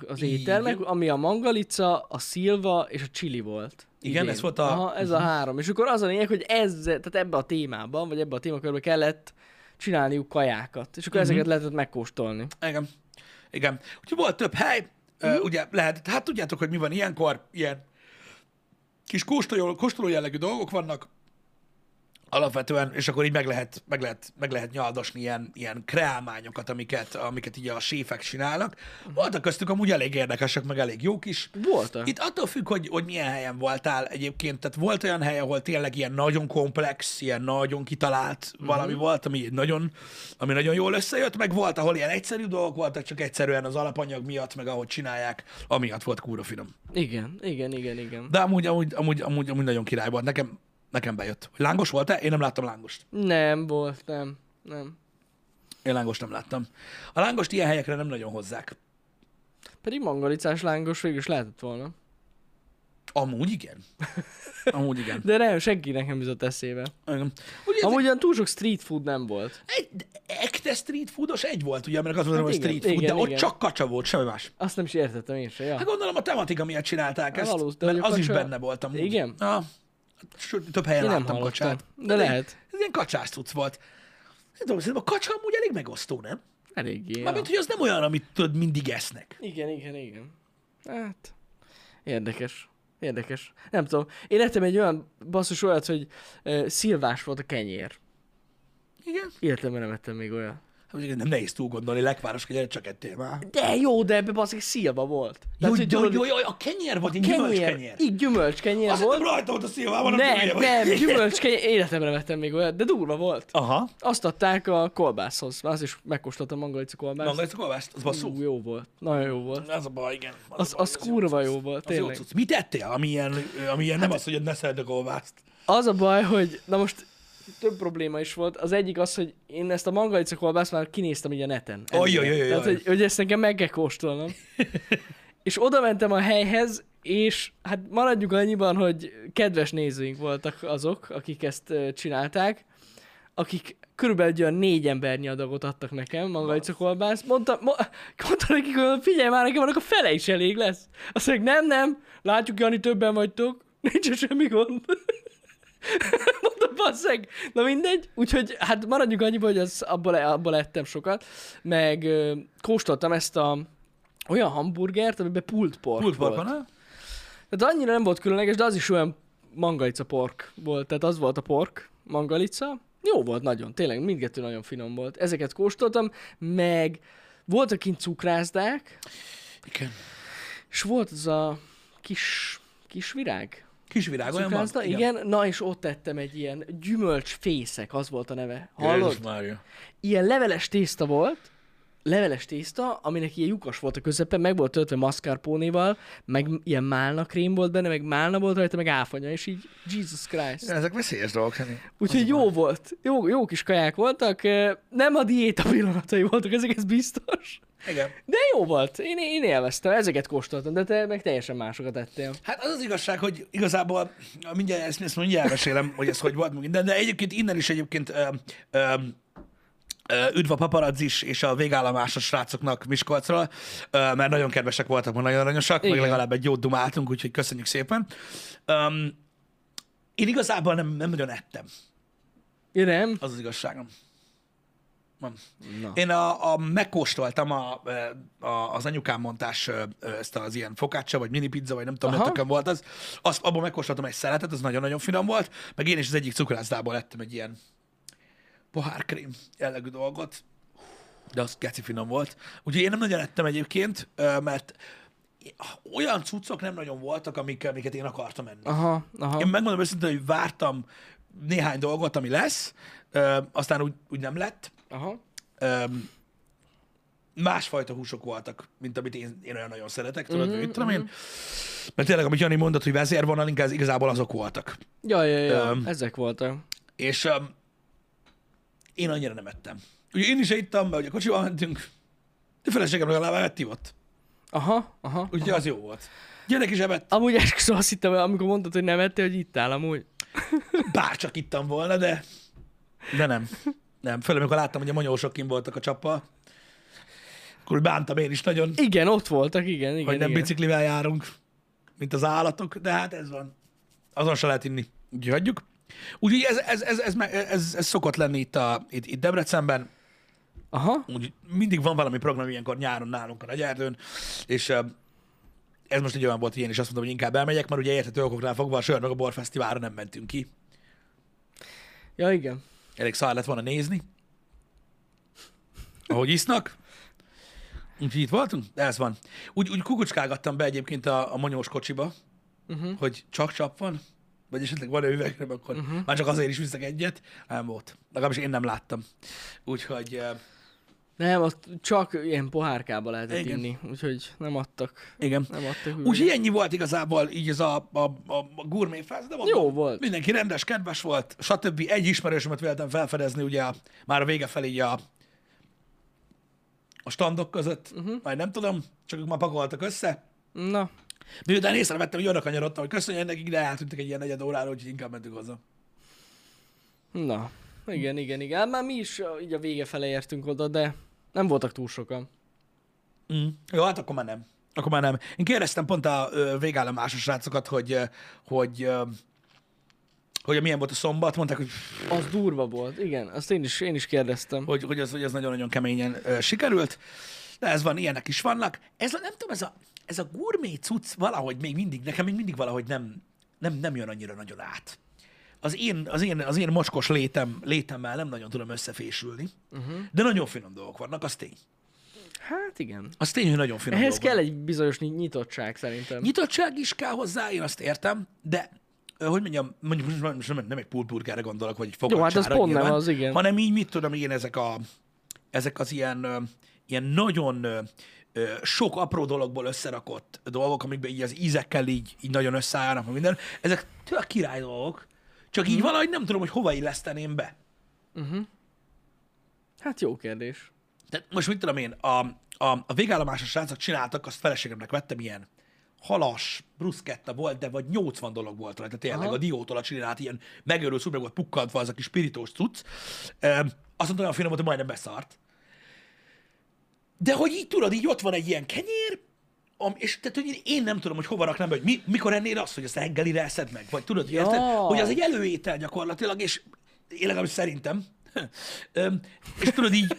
[SPEAKER 2] az éttermek,
[SPEAKER 1] Igen.
[SPEAKER 2] ami a mangalica, a szilva és a csili volt.
[SPEAKER 1] Igen, ez volt a- Mhm.
[SPEAKER 2] Aha, ez a három. És akkor az a lényeg, hogy ez, tehát ebbe a témában, vagy ebbe a témakörbe kellett csinálniuk kajákat. És akkor
[SPEAKER 1] Mhm.
[SPEAKER 2] uh-huh. ezeket lehetett megkóstolni.
[SPEAKER 1] Igen. Igen. Úgyhogy volt több hely, mm. ugye lehet, hát tudjátok, hogy mi van ilyenkor, ilyen kis kóstoló, kóstoló jellegű dolgok vannak, alapvetően, és akkor így meg lehet, meg lehet, meg lehet nyaldosni ilyen, ilyen kreálmányokat, amiket, amiket így a séfek csinálnak. Voltak köztük amúgy elég érdekesek, meg elég jók is.
[SPEAKER 2] Voltak.
[SPEAKER 1] Itt attól függ, hogy, hogy milyen helyen voltál egyébként. Tehát volt olyan hely, ahol tényleg ilyen nagyon komplex, ilyen nagyon kitalált valami volt, ami nagyon, ami nagyon jól összejött, meg volt, ahol ilyen egyszerű dolgok voltak, csak egyszerűen az alapanyag miatt, meg ahogy csinálják, amiatt volt kúra finom.
[SPEAKER 2] Igen, igen, igen, igen.
[SPEAKER 1] De amúgy, amúgy, amúgy, amúgy, amúgy nagyon király volt. Nekem, nekem bejött. Hogy lángos volt-e? Én nem láttam lángost.
[SPEAKER 2] Nem volt, nem, nem.
[SPEAKER 1] Én lángost nem láttam. A lángost ilyen helyekre nem nagyon hozzák.
[SPEAKER 2] Pedig mangalicás lángos végül is lehetett volna.
[SPEAKER 1] Amúgy igen. Amúgy igen.
[SPEAKER 2] De nem, senkinek nem jutott eszébe.
[SPEAKER 1] Igen. Ugye
[SPEAKER 2] Amúgy olyan túl sok street food nem volt.
[SPEAKER 1] egy, ekte street foodos egy volt, ugye, mert azt mondom, hogy
[SPEAKER 2] Hát igen,
[SPEAKER 1] street food,
[SPEAKER 2] igen,
[SPEAKER 1] de ott
[SPEAKER 2] igen.
[SPEAKER 1] csak kacsa volt, semmi más.
[SPEAKER 2] Azt nem is értettem én se, ja.
[SPEAKER 1] Hát gondolom a tematika miatt csinálták ezt,
[SPEAKER 2] valószínű,
[SPEAKER 1] mert
[SPEAKER 2] hogy a
[SPEAKER 1] az is
[SPEAKER 2] kacsa-
[SPEAKER 1] benne volt amúgy.
[SPEAKER 2] Igen?
[SPEAKER 1] Ja. Sőt, több helyen
[SPEAKER 2] Én nem
[SPEAKER 1] láttam
[SPEAKER 2] hallottam.
[SPEAKER 1] kacsát.
[SPEAKER 2] De
[SPEAKER 1] Ez
[SPEAKER 2] lehet.
[SPEAKER 1] ilyen- Ez ilyen kacsás cucc volt. Nem tudom, szerintem a kacsa amúgy elég megosztó, nem?
[SPEAKER 2] Eléggé. ja.
[SPEAKER 1] Mármint, hogy az nem olyan, amit tudod, mindig esznek.
[SPEAKER 2] Igen, igen, igen. Hát, érdekes. Érdekes. Nem tudom. Én ettem egy olyan basszus olyat, hogy uh, szilvás volt a kenyér.
[SPEAKER 1] Igen?
[SPEAKER 2] Értem, nem ettem még olyan.
[SPEAKER 1] Hát mondjuk nem nehéz túl gondolni, lekváros kenyeret csak ettél már.
[SPEAKER 2] De jó, de ebbe basszik szilva volt.
[SPEAKER 1] Jó, jó,
[SPEAKER 2] Tehát, hogy
[SPEAKER 1] jó,
[SPEAKER 2] tudod,
[SPEAKER 1] jó, jó, a kenyér volt, én
[SPEAKER 2] kenyér,
[SPEAKER 1] gyümölcskenyér.
[SPEAKER 2] Így gyümölcskenyér
[SPEAKER 1] Azt
[SPEAKER 2] volt.
[SPEAKER 1] hittem rajta volt a szilvában,
[SPEAKER 2] Nem, nem, gyümölcskenyér. Életemre vettem még olyat, de durva volt.
[SPEAKER 1] Aha.
[SPEAKER 2] Azt adták a kolbászhoz. Azt is megkóstoltam mangalica kolbászt.
[SPEAKER 1] Maga ezt a kolbászt, az basszú.
[SPEAKER 2] Ú, jó volt. Nagyon jó volt.
[SPEAKER 1] Az a baj, igen.
[SPEAKER 2] Az,
[SPEAKER 1] a baj,
[SPEAKER 2] az
[SPEAKER 1] jó
[SPEAKER 2] kurva
[SPEAKER 1] cucc.
[SPEAKER 2] jó volt,
[SPEAKER 1] Az jó
[SPEAKER 2] tényleg.
[SPEAKER 1] cucc. Mit ettél, ami ilyen, ami ilyen nem az, hogy ne szedd a kolbászt?
[SPEAKER 2] Az a baj, hogy na most több probléma is volt. Az egyik az, hogy én ezt a mangalica kolbászt már kinéztem így a neten.
[SPEAKER 1] Ajjajajaj.
[SPEAKER 2] Ennyire. Tehát, hogy, hogy ezt nekem meg kell kóstolnom. és oda mentem a helyhez, és hát maradjuk annyiban, hogy kedves nézőink voltak azok, akik ezt ö, csinálták, akik körülbelül egy olyan négy embernyi adagot adtak nekem, mangalica kolbász. Mondtam, mo- mondtam nekik, hogy figyelj már, nekem annak a fele is elég lesz. Azt mondják, nem, nem, látjuk, Jani, többen vagytok, nincs semmi gond. Mondom, basszeg. Na mindegy. Úgyhogy hát maradjunk annyiba, hogy az, abból, e- abból ettem sokat. Meg ö, kóstoltam ezt a olyan hamburgert, amiben pult pork
[SPEAKER 1] Pult
[SPEAKER 2] volt.
[SPEAKER 1] van, ha?
[SPEAKER 2] Tehát Hát annyira nem volt különleges, de az is olyan mangalica pork volt. Tehát az volt a pork, mangalica. Jó volt nagyon, tényleg mindkettő nagyon finom volt. Ezeket kóstoltam, meg voltak kint cukrászdák,
[SPEAKER 1] Igen.
[SPEAKER 2] és volt az a kis, kis virág,
[SPEAKER 1] Kisvirág olyan van?
[SPEAKER 2] Cukrázda, igen. igen. Na, és ott tettem egy ilyen gyümölcsfészek, az volt a neve.
[SPEAKER 1] Jézus
[SPEAKER 2] Hallod?
[SPEAKER 1] Mária.
[SPEAKER 2] Ilyen leveles tészta volt, leveles tészta, aminek ilyen lyukas volt a közepe, meg volt töltve mascarpone-val, meg ilyen málna krém volt benne, meg málna volt rajta, meg áfanya, és így Jesus Christ.
[SPEAKER 1] Ezek veszélyes dolgok, Henny.
[SPEAKER 2] Úgyhogy jó volt, jó, jó kis kaják voltak, eh, nem a diéta pillanatai voltak, ezek, ez biztos.
[SPEAKER 1] Igen.
[SPEAKER 2] De jó volt, én, én élveztem, ezeket kóstoltam, de te meg teljesen másokat ettél.
[SPEAKER 1] Hát az az igazság, hogy igazából na, mindjárt ezt, ezt mondja, elmesélem, hogy ez hogy volt meg minden, de egyébként innen is egyébként ö, ö, ö, üdv a paparazzis és a végállomásos srácoknak Miskolcról, ö, mert nagyon kedvesek voltak, meg nagyon aranyosak, meg
[SPEAKER 2] Igen.
[SPEAKER 1] legalább egy jót dumáltunk, úgyhogy köszönjük szépen. Ö, én igazából nem, nem nagyon ettem,
[SPEAKER 2] Én nem?
[SPEAKER 1] az az igazságom. Nem.
[SPEAKER 2] Na.
[SPEAKER 1] Én a, a megkóstoltam a, e, a, az anyukám mondás ö, ö, ezt az ilyen fokácsa, vagy mini pizza, vagy nem tudom,
[SPEAKER 2] Aha.
[SPEAKER 1] nekem volt az. Azt, abból megkóstoltam egy szeletet, az nagyon-nagyon finom volt, meg én is az egyik cukrászdából ettem egy ilyen pohárkrém jellegű dolgot, de az geci finom volt. Úgyhogy én nem nagyon ettem egyébként, ö, mert olyan cuccok nem nagyon voltak, amik, amiket én akartam enni.
[SPEAKER 2] Aha, aha.
[SPEAKER 1] Én megmondom őszintén, hogy vártam néhány dolgot, ami lesz, ö, aztán úgy, úgy nem lett,
[SPEAKER 2] Aha.
[SPEAKER 1] öm, másfajta húsok voltak, mint amit én, én olyan nagyon szeretek, tudod, mm-hmm, mit tudom én. Mert tényleg, amit Jani mondott, hogy vezérvonal, inkább igazából azok voltak.
[SPEAKER 2] Ja, ja, ja,
[SPEAKER 1] Öm.
[SPEAKER 2] ezek voltak.
[SPEAKER 1] És öm, én annyira nem ettem. Ugye én is ittam, mert ugye kocsival mentünk, de feleségem legalább evett ivott.
[SPEAKER 2] Aha, aha.
[SPEAKER 1] Úgyhogy az jó volt. Gyerek is evett,
[SPEAKER 2] Amúgy esküszöm, azt hittem, amikor mondtad, hogy nem ettél, hogy itt áll amúgy.
[SPEAKER 1] bárcsak ittam volna, de, de nem. Nem, főleg, amikor láttam, hogy a manyósok kim voltak a csappal, akkor bántam én is nagyon.
[SPEAKER 2] Igen, ott voltak, igen, igen,
[SPEAKER 1] hogy nem
[SPEAKER 2] igen.
[SPEAKER 1] biciklivel járunk, mint az állatok, de hát ez van. Azon se lehet inni. Úgyhogy hagyjuk. Úgyhogy ez, ez, ez, ez, me- ez, ez szokott lenni itt, a, itt, itt Debrecenben.
[SPEAKER 2] Aha,
[SPEAKER 1] Úgy mindig van valami program ilyenkor nyáron nálunk a Nagyerdőn, és ö, ez most egy olyan volt, hogy én is azt mondom, hogy inkább elmegyek, mert ugye érthető okoknál fogva a Sör meg a Borfesztiválra nem mentünk ki.
[SPEAKER 2] Ja, igen.
[SPEAKER 1] Elég szar lett volna nézni, ahogy isznak. Úgyhogy itt voltunk, de ez van. Úgy, úgy kukucskálgattam be egyébként a, a monyós kocsiba, uh-huh. hogy csak csap van, vagy esetleg van-e üvegre, akkor uh-huh. már csak azért is viszek egyet. Nem volt. Legalábbis én nem láttam. Úgyhogy eh,
[SPEAKER 2] Nem, ott csak ilyen pohárkába lehetett
[SPEAKER 1] Igen.
[SPEAKER 2] igen. inni, úgyhogy nem adtak.
[SPEAKER 1] igen.
[SPEAKER 2] Nem adtak úgy.
[SPEAKER 1] Úgyhogy ennyi volt igazából így ez a, a, a, a gourmet fest, de mondom,
[SPEAKER 2] Jó volt.
[SPEAKER 1] Mindenki rendes, kedves volt, stb. Egy ismerősömet véltem felfedezni ugye a- már a vége felé így a, a standok között,
[SPEAKER 2] Mhm.
[SPEAKER 1] uh-huh. majd nem tudom, csak ők már pakoltak össze.
[SPEAKER 2] Na,
[SPEAKER 1] Miután észrevettem, hogy önök kanyarodtam, hogy köszönjön nekik, de eltűntek egy ilyen negyed órára, úgyhogy inkább mentünk haza.
[SPEAKER 2] na. Igen, igen, igen. Hát Már mi is uh, így a vége fele értünk oda, de nem voltak túl sokan. Mhm.
[SPEAKER 1] Mm. Jó, hát akkor már nem. Akkor már nem. Én kérdeztem pont a ö, végállomásos srácokat, hogy, ö, hogy, ö, hogy milyen volt a szombat, mondták, hogy
[SPEAKER 2] Az durva volt, igen. Azt én is, én is kérdeztem.
[SPEAKER 1] hogy, hogy, az, hogy az nagyon-nagyon keményen ö, sikerült. De ez van, ilyenek is vannak. Ez, a- nem tudom, ez a, ez a gourmet cucc valahogy még mindig, nekem még mindig valahogy nem, nem, nem jön annyira nagyon át. Az én, az én, az én mocskos létem, létemmel nem nagyon tudom összefésülni, uh-huh. de nagyon finom dolgok vannak, az tény.
[SPEAKER 2] Hát igen.
[SPEAKER 1] Az tény, hogy nagyon finom
[SPEAKER 2] Ehhez
[SPEAKER 1] dolgok
[SPEAKER 2] kell egy bizonyos ny- nyitottság szerintem.
[SPEAKER 1] Nyitottság is kell hozzá, én azt értem, de ö, hogy mondjam, mondjuk most már- most nem, nem egy pultburgerre gondolok, vagy egy
[SPEAKER 2] Jó,
[SPEAKER 1] fogadcsára
[SPEAKER 2] hát az pont nem az, igen.
[SPEAKER 1] Hanem így mit tudom én, ezek, a, ezek az ilyen, ö, ilyen nagyon ö, ö, sok apró dologból összerakott dolgok, amikben így az ízekkel így, így nagyon összeállnak, meg minden. Ezek tök király dolgok, csak
[SPEAKER 2] Mhm.
[SPEAKER 1] így valahogy nem tudom, hogy hova illeszteném be.
[SPEAKER 2] Hát jó kérdés.
[SPEAKER 1] Tehát most mit tudom én, a, a, a végállomásos srácok csináltak, azt feleségemnek vettem ilyen halas, bruszketta volt, de vagy 80 dolog volt rajta tényleg, Aha.
[SPEAKER 2] Aha.
[SPEAKER 1] a diótól a csinált ilyen megőrül szúr, meg volt pukkantva az a kis pirítós cucc. Ehm, Azt mondta, olyan finom volt, hogy majdnem beszart. De hogy így tudod, így ott van egy ilyen kenyér, am, és tehát, hogy én- én nem tudom, hogy hova raknám be, hogy mi, mikor ennél azt, hogy ezt reggelire eszed meg, vagy tudod, érted? Hogy az egy előétel gyakorlatilag, és én legalábbis szerintem. Öm, és tudod így,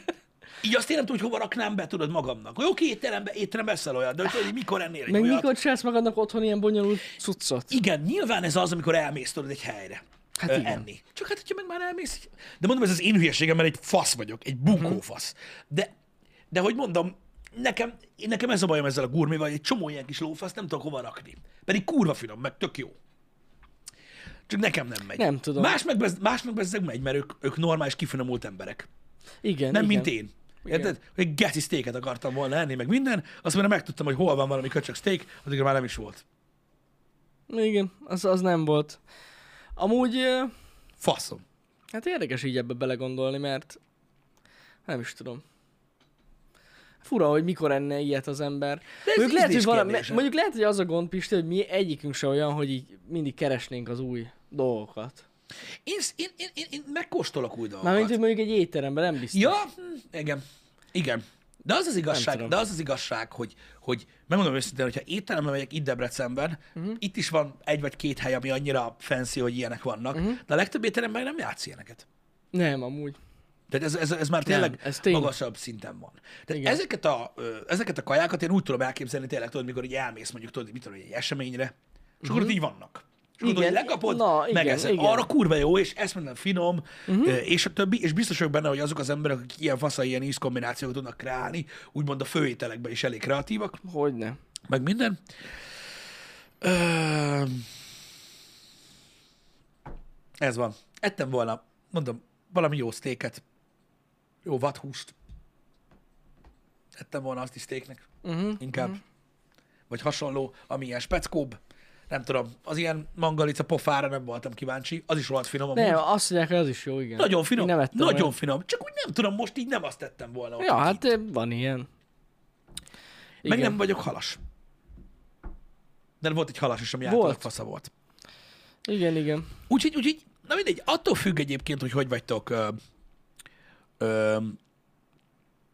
[SPEAKER 1] így azt én nem tudom, hogy hova raknám be, tudod magamnak. Hogy oké, étterembe, étterembe eszel olyat, de hogy tudod, hogy mikor ennél egy
[SPEAKER 2] Meg
[SPEAKER 1] olyat.
[SPEAKER 2] mikor csinálsz magadnak otthon ilyen bonyolult cuccot?
[SPEAKER 1] Igen, nyilván ez az, amikor elmész tudod egy helyre.
[SPEAKER 2] Hát
[SPEAKER 1] ö,
[SPEAKER 2] igen.
[SPEAKER 1] Enni. Csak hát, hogyha meg már elmész. így- De mondom, ez az én hülyeségem, mert egy fasz vagyok, egy
[SPEAKER 2] Mhm.
[SPEAKER 1] bunkó fasz. De, de hogy mondom, nekem, én- nekem ez a bajom ezzel a gurmival, egy csomó ilyen kis lófasz nem tudok hova rakni. Pedig kurva finom, meg tök jó. Csak nekem nem megy.
[SPEAKER 2] Nem tudom.
[SPEAKER 1] Más meg, bez- más meg bezzeg megy, mert ők, ők normális, kifinomult emberek.
[SPEAKER 2] Igen,
[SPEAKER 1] Nem
[SPEAKER 2] igen.
[SPEAKER 1] mint én. Érted? Egy geci steaket akartam volna enni, meg minden, azt mondom, megtudtam, hogy hol van valami köcsök steak, addigra már nem is volt.
[SPEAKER 2] Igen, az, az nem volt. Amúgy, ö,
[SPEAKER 1] Faszom.
[SPEAKER 2] hát érdekes így ebbe belegondolni, mert nem is tudom. Fura, hogy mikor enne ilyet az ember.
[SPEAKER 1] De ez
[SPEAKER 2] mondjuk, lehet,
[SPEAKER 1] ízlés
[SPEAKER 2] hogy valami,
[SPEAKER 1] kérdése.
[SPEAKER 2] mondjuk lehet, hogy az a gond, Pisti, hogy mi egyikünk se olyan, hogy így mindig keresnénk az új dolgokat.
[SPEAKER 1] Én, én, én, én, én megkóstolok új dolgokat.
[SPEAKER 2] Mármint, hogy mondjuk egy étteremben nem biztos.
[SPEAKER 1] Ja, hm, igen. Igen. De az az igazság,
[SPEAKER 2] tudom.
[SPEAKER 1] de az az igazság, hogy, hogy megmondom őszintén, hogyha étterembe megyek itt Debrecenben,
[SPEAKER 2] Mhm.
[SPEAKER 1] uh-huh. itt is van egy vagy két hely, ami annyira fancy, hogy ilyenek vannak,
[SPEAKER 2] Mhm.
[SPEAKER 1] uh-huh. de a legtöbb étteremben nem játsz ilyeneket.
[SPEAKER 2] Nem, amúgy.
[SPEAKER 1] Tehát ez, ez, ez már tényleg nem, ez
[SPEAKER 2] ez tény.
[SPEAKER 1] magasabb szinten van. Tehát
[SPEAKER 2] Igen.
[SPEAKER 1] ezeket a, ö, ezeket a kajákat én úgy tudom elképzelni tényleg, tudod, mikor így elmész mondjuk, tudod, mit tudom, egy eseményre, és akkor ott így vannak. És akkor
[SPEAKER 2] Mhm. Igen,
[SPEAKER 1] tudod, hogy lekapod,
[SPEAKER 2] na,
[SPEAKER 1] Na,
[SPEAKER 2] igen,
[SPEAKER 1] megeszed.
[SPEAKER 2] igen. Mhm.
[SPEAKER 1] Arra kurva jó, és ezt minden finom, uh-huh. és a többi, és biztos vagyok benne, hogy azok az emberek, akik ilyen faszai, ilyen ízkombinációkat tudnak kreálni, úgymond a főételekben is elég kreatívak,
[SPEAKER 2] Hogyne.
[SPEAKER 1] meg minden. Ö... Ez van. Ettem volna, mondom, valami jó sztéket, jó vadhúst. Ettem volna azt is sztéknek,
[SPEAKER 2] Uh-huh.
[SPEAKER 1] inkább. Vagy hasonló, ami ilyen speckóbb. Nem tudom, az ilyen mangalica pofára nem voltam kíváncsi, az is rohadt finom amúgy.
[SPEAKER 2] Nem, azt mondják, hogy az is jó, igen.
[SPEAKER 1] Nagyon finom,
[SPEAKER 2] Én nem ettem
[SPEAKER 1] nagyon
[SPEAKER 2] olyan.
[SPEAKER 1] finom. Csak úgy nem tudom, most így nem azt tettem volna. ott,
[SPEAKER 2] Ja,
[SPEAKER 1] hogy
[SPEAKER 2] hát ö, van ilyen.
[SPEAKER 1] Meg
[SPEAKER 2] Igen.
[SPEAKER 1] nem vagyok halas. De volt egy halas is, ami
[SPEAKER 2] Volt.
[SPEAKER 1] általában fasza volt.
[SPEAKER 2] Igen, igen.
[SPEAKER 1] Úgyhogy, úgyhogy, na mindegy, attól függ egyébként, hogy hogy vagytok, ö, ö,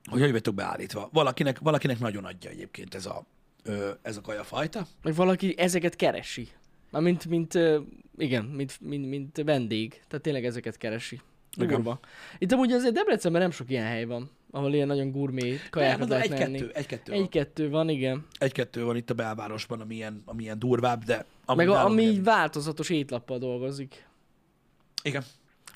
[SPEAKER 1] hogy hogy vagytok beállítva. Valakinek, valakinek nagyon adja egyébként ez a, ö, ez a kajafajta.
[SPEAKER 2] Meg valaki ezeket keresi. Na, mint, mint, ö, igen, mint, mint, mint vendég. Tehát tényleg ezeket keresi.
[SPEAKER 1] Igen.
[SPEAKER 2] Durva. Itt amúgy azért Debrecenben nem sok ilyen hely van, ahol ilyen nagyon gurmé
[SPEAKER 1] Nem,
[SPEAKER 2] kajákat
[SPEAKER 1] mondom,
[SPEAKER 2] lehet enni.
[SPEAKER 1] egy-kettő, egy-kettő, egy...
[SPEAKER 2] Egy-kettő van, igen.
[SPEAKER 1] egy-kettő van itt a belvárosban, ami ilyen, ami ilyen durvább, de...
[SPEAKER 2] Meg a,
[SPEAKER 1] nálunk
[SPEAKER 2] ami
[SPEAKER 1] ilyen-
[SPEAKER 2] így változatos étlappal dolgozik.
[SPEAKER 1] Igen.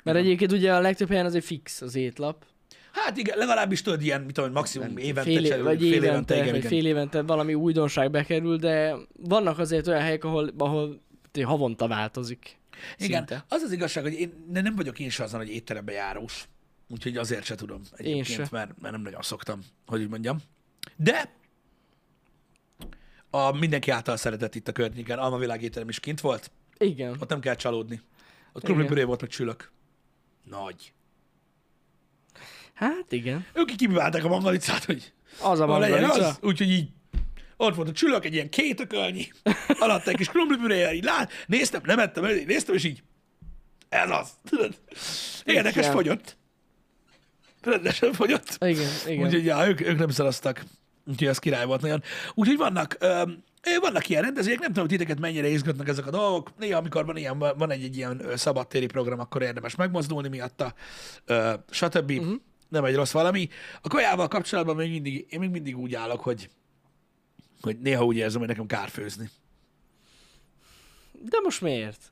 [SPEAKER 2] Mert egyébként ugye a legtöbb helyen azért fix az étlap.
[SPEAKER 1] Hát igen, legalábbis tudod ilyen, mit tudom, maximum évente,
[SPEAKER 2] fél,
[SPEAKER 1] cserélünk,
[SPEAKER 2] vagy
[SPEAKER 1] fél
[SPEAKER 2] évente,
[SPEAKER 1] évente, igen,
[SPEAKER 2] vagy
[SPEAKER 1] igen.
[SPEAKER 2] fél évente valami újdonság bekerül, de vannak azért olyan helyek, ahol, ahol té- havonta változik.
[SPEAKER 1] Igen,
[SPEAKER 2] Szinte.
[SPEAKER 1] az az igazság, hogy én de nem vagyok én se azon, hogy étterembe járós. Úgyhogy azért se tudom egyébként,
[SPEAKER 2] se.
[SPEAKER 1] Mert, mert nem nagyon szoktam, hogy úgy mondjam. De a mindenki által szeretett itt a környéken, Alma világ étterem is kint volt,
[SPEAKER 2] Igen.
[SPEAKER 1] ott nem kell csalódni. Ott
[SPEAKER 2] Igen.
[SPEAKER 1] krumplipüré volt, meg csülök. Nagy.
[SPEAKER 2] Hát igen.
[SPEAKER 1] Ők így kibiválták a mangalicát, hogy
[SPEAKER 2] Az a
[SPEAKER 1] ma legyen
[SPEAKER 2] mangalica.
[SPEAKER 1] az, úgyhogy így ott volt a csülök, egy ilyen két ökölnyi, alatt egy kis krumplipüréje, így lát, néztem, nem ettem, néztem, és így, ez az, tudod. Érdekes
[SPEAKER 2] Igen.
[SPEAKER 1] fogyott. Rendesen fogyott.
[SPEAKER 2] Igen, igen.
[SPEAKER 1] Úgyhogy ja, ők, ők nem szalasztak. Úgyhogy az király volt nagyon. Úgyhogy vannak, öm, ö, vannak ilyen rendezvények, nem tudom, hogy titeket mennyire izgatnak ezek a dolgok. Néha, amikor van, ilyen, van egy, egy ilyen ö, szabadtéri program, akkor érdemes megmozdulni miatta, ö, stb. Uh-huh. Nem egy rossz valami. A kajával kapcsolatban még mindig, én még mindig úgy állok, hogy, hogy néha úgy érzem, hogy nekem kár főzni.
[SPEAKER 2] De most miért?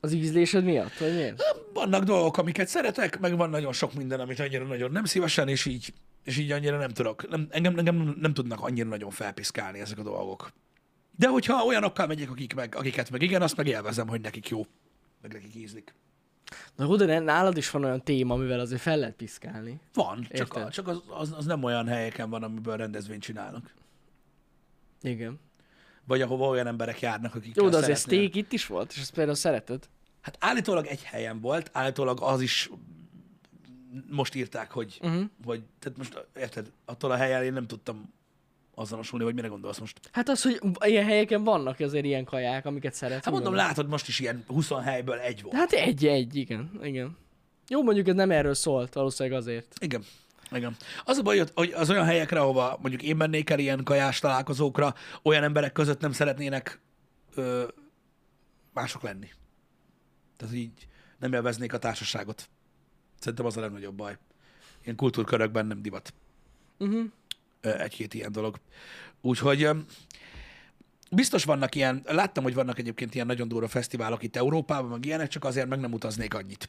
[SPEAKER 2] Az ízlésed miatt, vagy miért?
[SPEAKER 1] vannak dolgok, amiket szeretek, meg van nagyon sok minden, amit annyira nagyon nem szívesen, és így, és így annyira nem tudok. Nem, engem, engem nem tudnak annyira nagyon felpiszkálni ezek a dolgok. De hogyha olyanokkal megyek, akik meg, akiket meg igen, azt meg élvezem, hogy nekik jó, meg nekik ízlik.
[SPEAKER 2] Na jó, de ne- nálad is van olyan téma, amivel azért fel lehet piszkálni.
[SPEAKER 1] Van, csak,
[SPEAKER 2] Érted.
[SPEAKER 1] a, csak az, az, az, nem olyan helyeken van, amiből rendezvényt csinálnak.
[SPEAKER 2] Igen.
[SPEAKER 1] Vagy ahova olyan emberek járnak, akik
[SPEAKER 2] Jó, de azért steak itt is volt, és ezt például szereted.
[SPEAKER 1] Hát állítólag egy helyen volt, állítólag az is most írták, hogy, uh-huh. hogy tehát most érted, attól a helyen én nem tudtam azonosulni, vagy mire gondolsz most.
[SPEAKER 2] Hát az, hogy ilyen helyeken vannak azért ilyen kaják, amiket szeretsz.
[SPEAKER 1] Hát mondom,
[SPEAKER 2] gondolom.
[SPEAKER 1] látod, most is ilyen 20 helyből egy volt.
[SPEAKER 2] Hát egy-egy, igen, igen. Jó, mondjuk ez nem erről szólt, valószínűleg azért.
[SPEAKER 1] Igen. Igen. Az a baj, hogy- hogy az olyan helyekre, ahova mondjuk én mennék el ilyen kajás találkozókra, olyan emberek között nem szeretnének ö, mások lenni. Tehát így nem élveznék a társaságot. Szerintem az a legnagyobb baj. Ilyen kultúrkörökben nem divat. Uh-huh. Egy-két ilyen dolog. Úgyhogy ö, biztos vannak ilyen, láttam, hogy vannak egyébként ilyen nagyon durva fesztiválok itt Európában, meg ilyenek, csak azért meg nem utaznék annyit.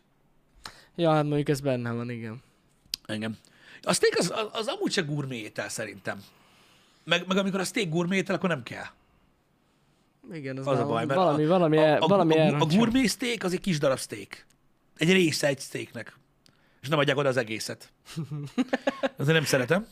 [SPEAKER 2] Ja, hát mondjuk ez benne van, igen.
[SPEAKER 1] Engem. A steak az, az, az amúgy csak gurmé étel szerintem. Meg, meg amikor a steak gurmé étel, akkor nem kell.
[SPEAKER 2] Igen, ez
[SPEAKER 1] Az a
[SPEAKER 2] már
[SPEAKER 1] baj, mert
[SPEAKER 2] valami,
[SPEAKER 1] a,
[SPEAKER 2] valami,
[SPEAKER 1] a,
[SPEAKER 2] el-
[SPEAKER 1] a,
[SPEAKER 2] valami
[SPEAKER 1] a, a, a
[SPEAKER 2] elroncsol.
[SPEAKER 1] gurmé steak az egy kis darab steak. Egy része egy steaknek. És nem adják oda az egészet. Azért nem szeretem.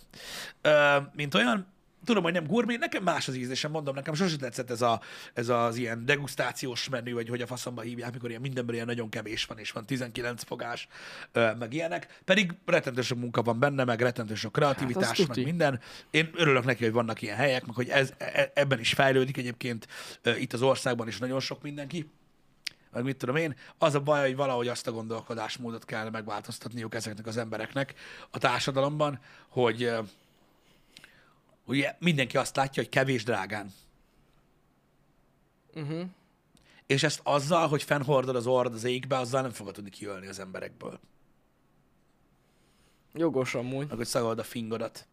[SPEAKER 1] Ö, mint olyan, tudom, hogy nem gurmé, nekem más az ízlésem, mondom, nekem sose tetszett ez, a, ez az ilyen degustációs menü, vagy hogy a faszomba hívják, mikor ilyen mindenből ilyen nagyon kevés van, és van 19 fogás, ö, meg ilyenek. Pedig rettentő sok munka van benne, meg rettentő sok kreativitás,
[SPEAKER 2] Hát az
[SPEAKER 1] hát meg
[SPEAKER 2] tuti.
[SPEAKER 1] minden. Én örülök neki, hogy vannak ilyen helyek, meg hogy ez, e, ebben is fejlődik egyébként ö, itt az országban is nagyon sok mindenki meg mit tudom én, az a baj, hogy valahogy azt a gondolkodásmódot kell megváltoztatniuk ezeknek az embereknek a társadalomban, hogy ö, ugye mindenki azt látja, hogy kevés drágán. Uh-huh. És ezt azzal, hogy fennhordod az ord az égbe, azzal nem fogod tudni kiölni az emberekből.
[SPEAKER 2] Jogos amúgy.
[SPEAKER 1] Meg hogy szagolod a fingodat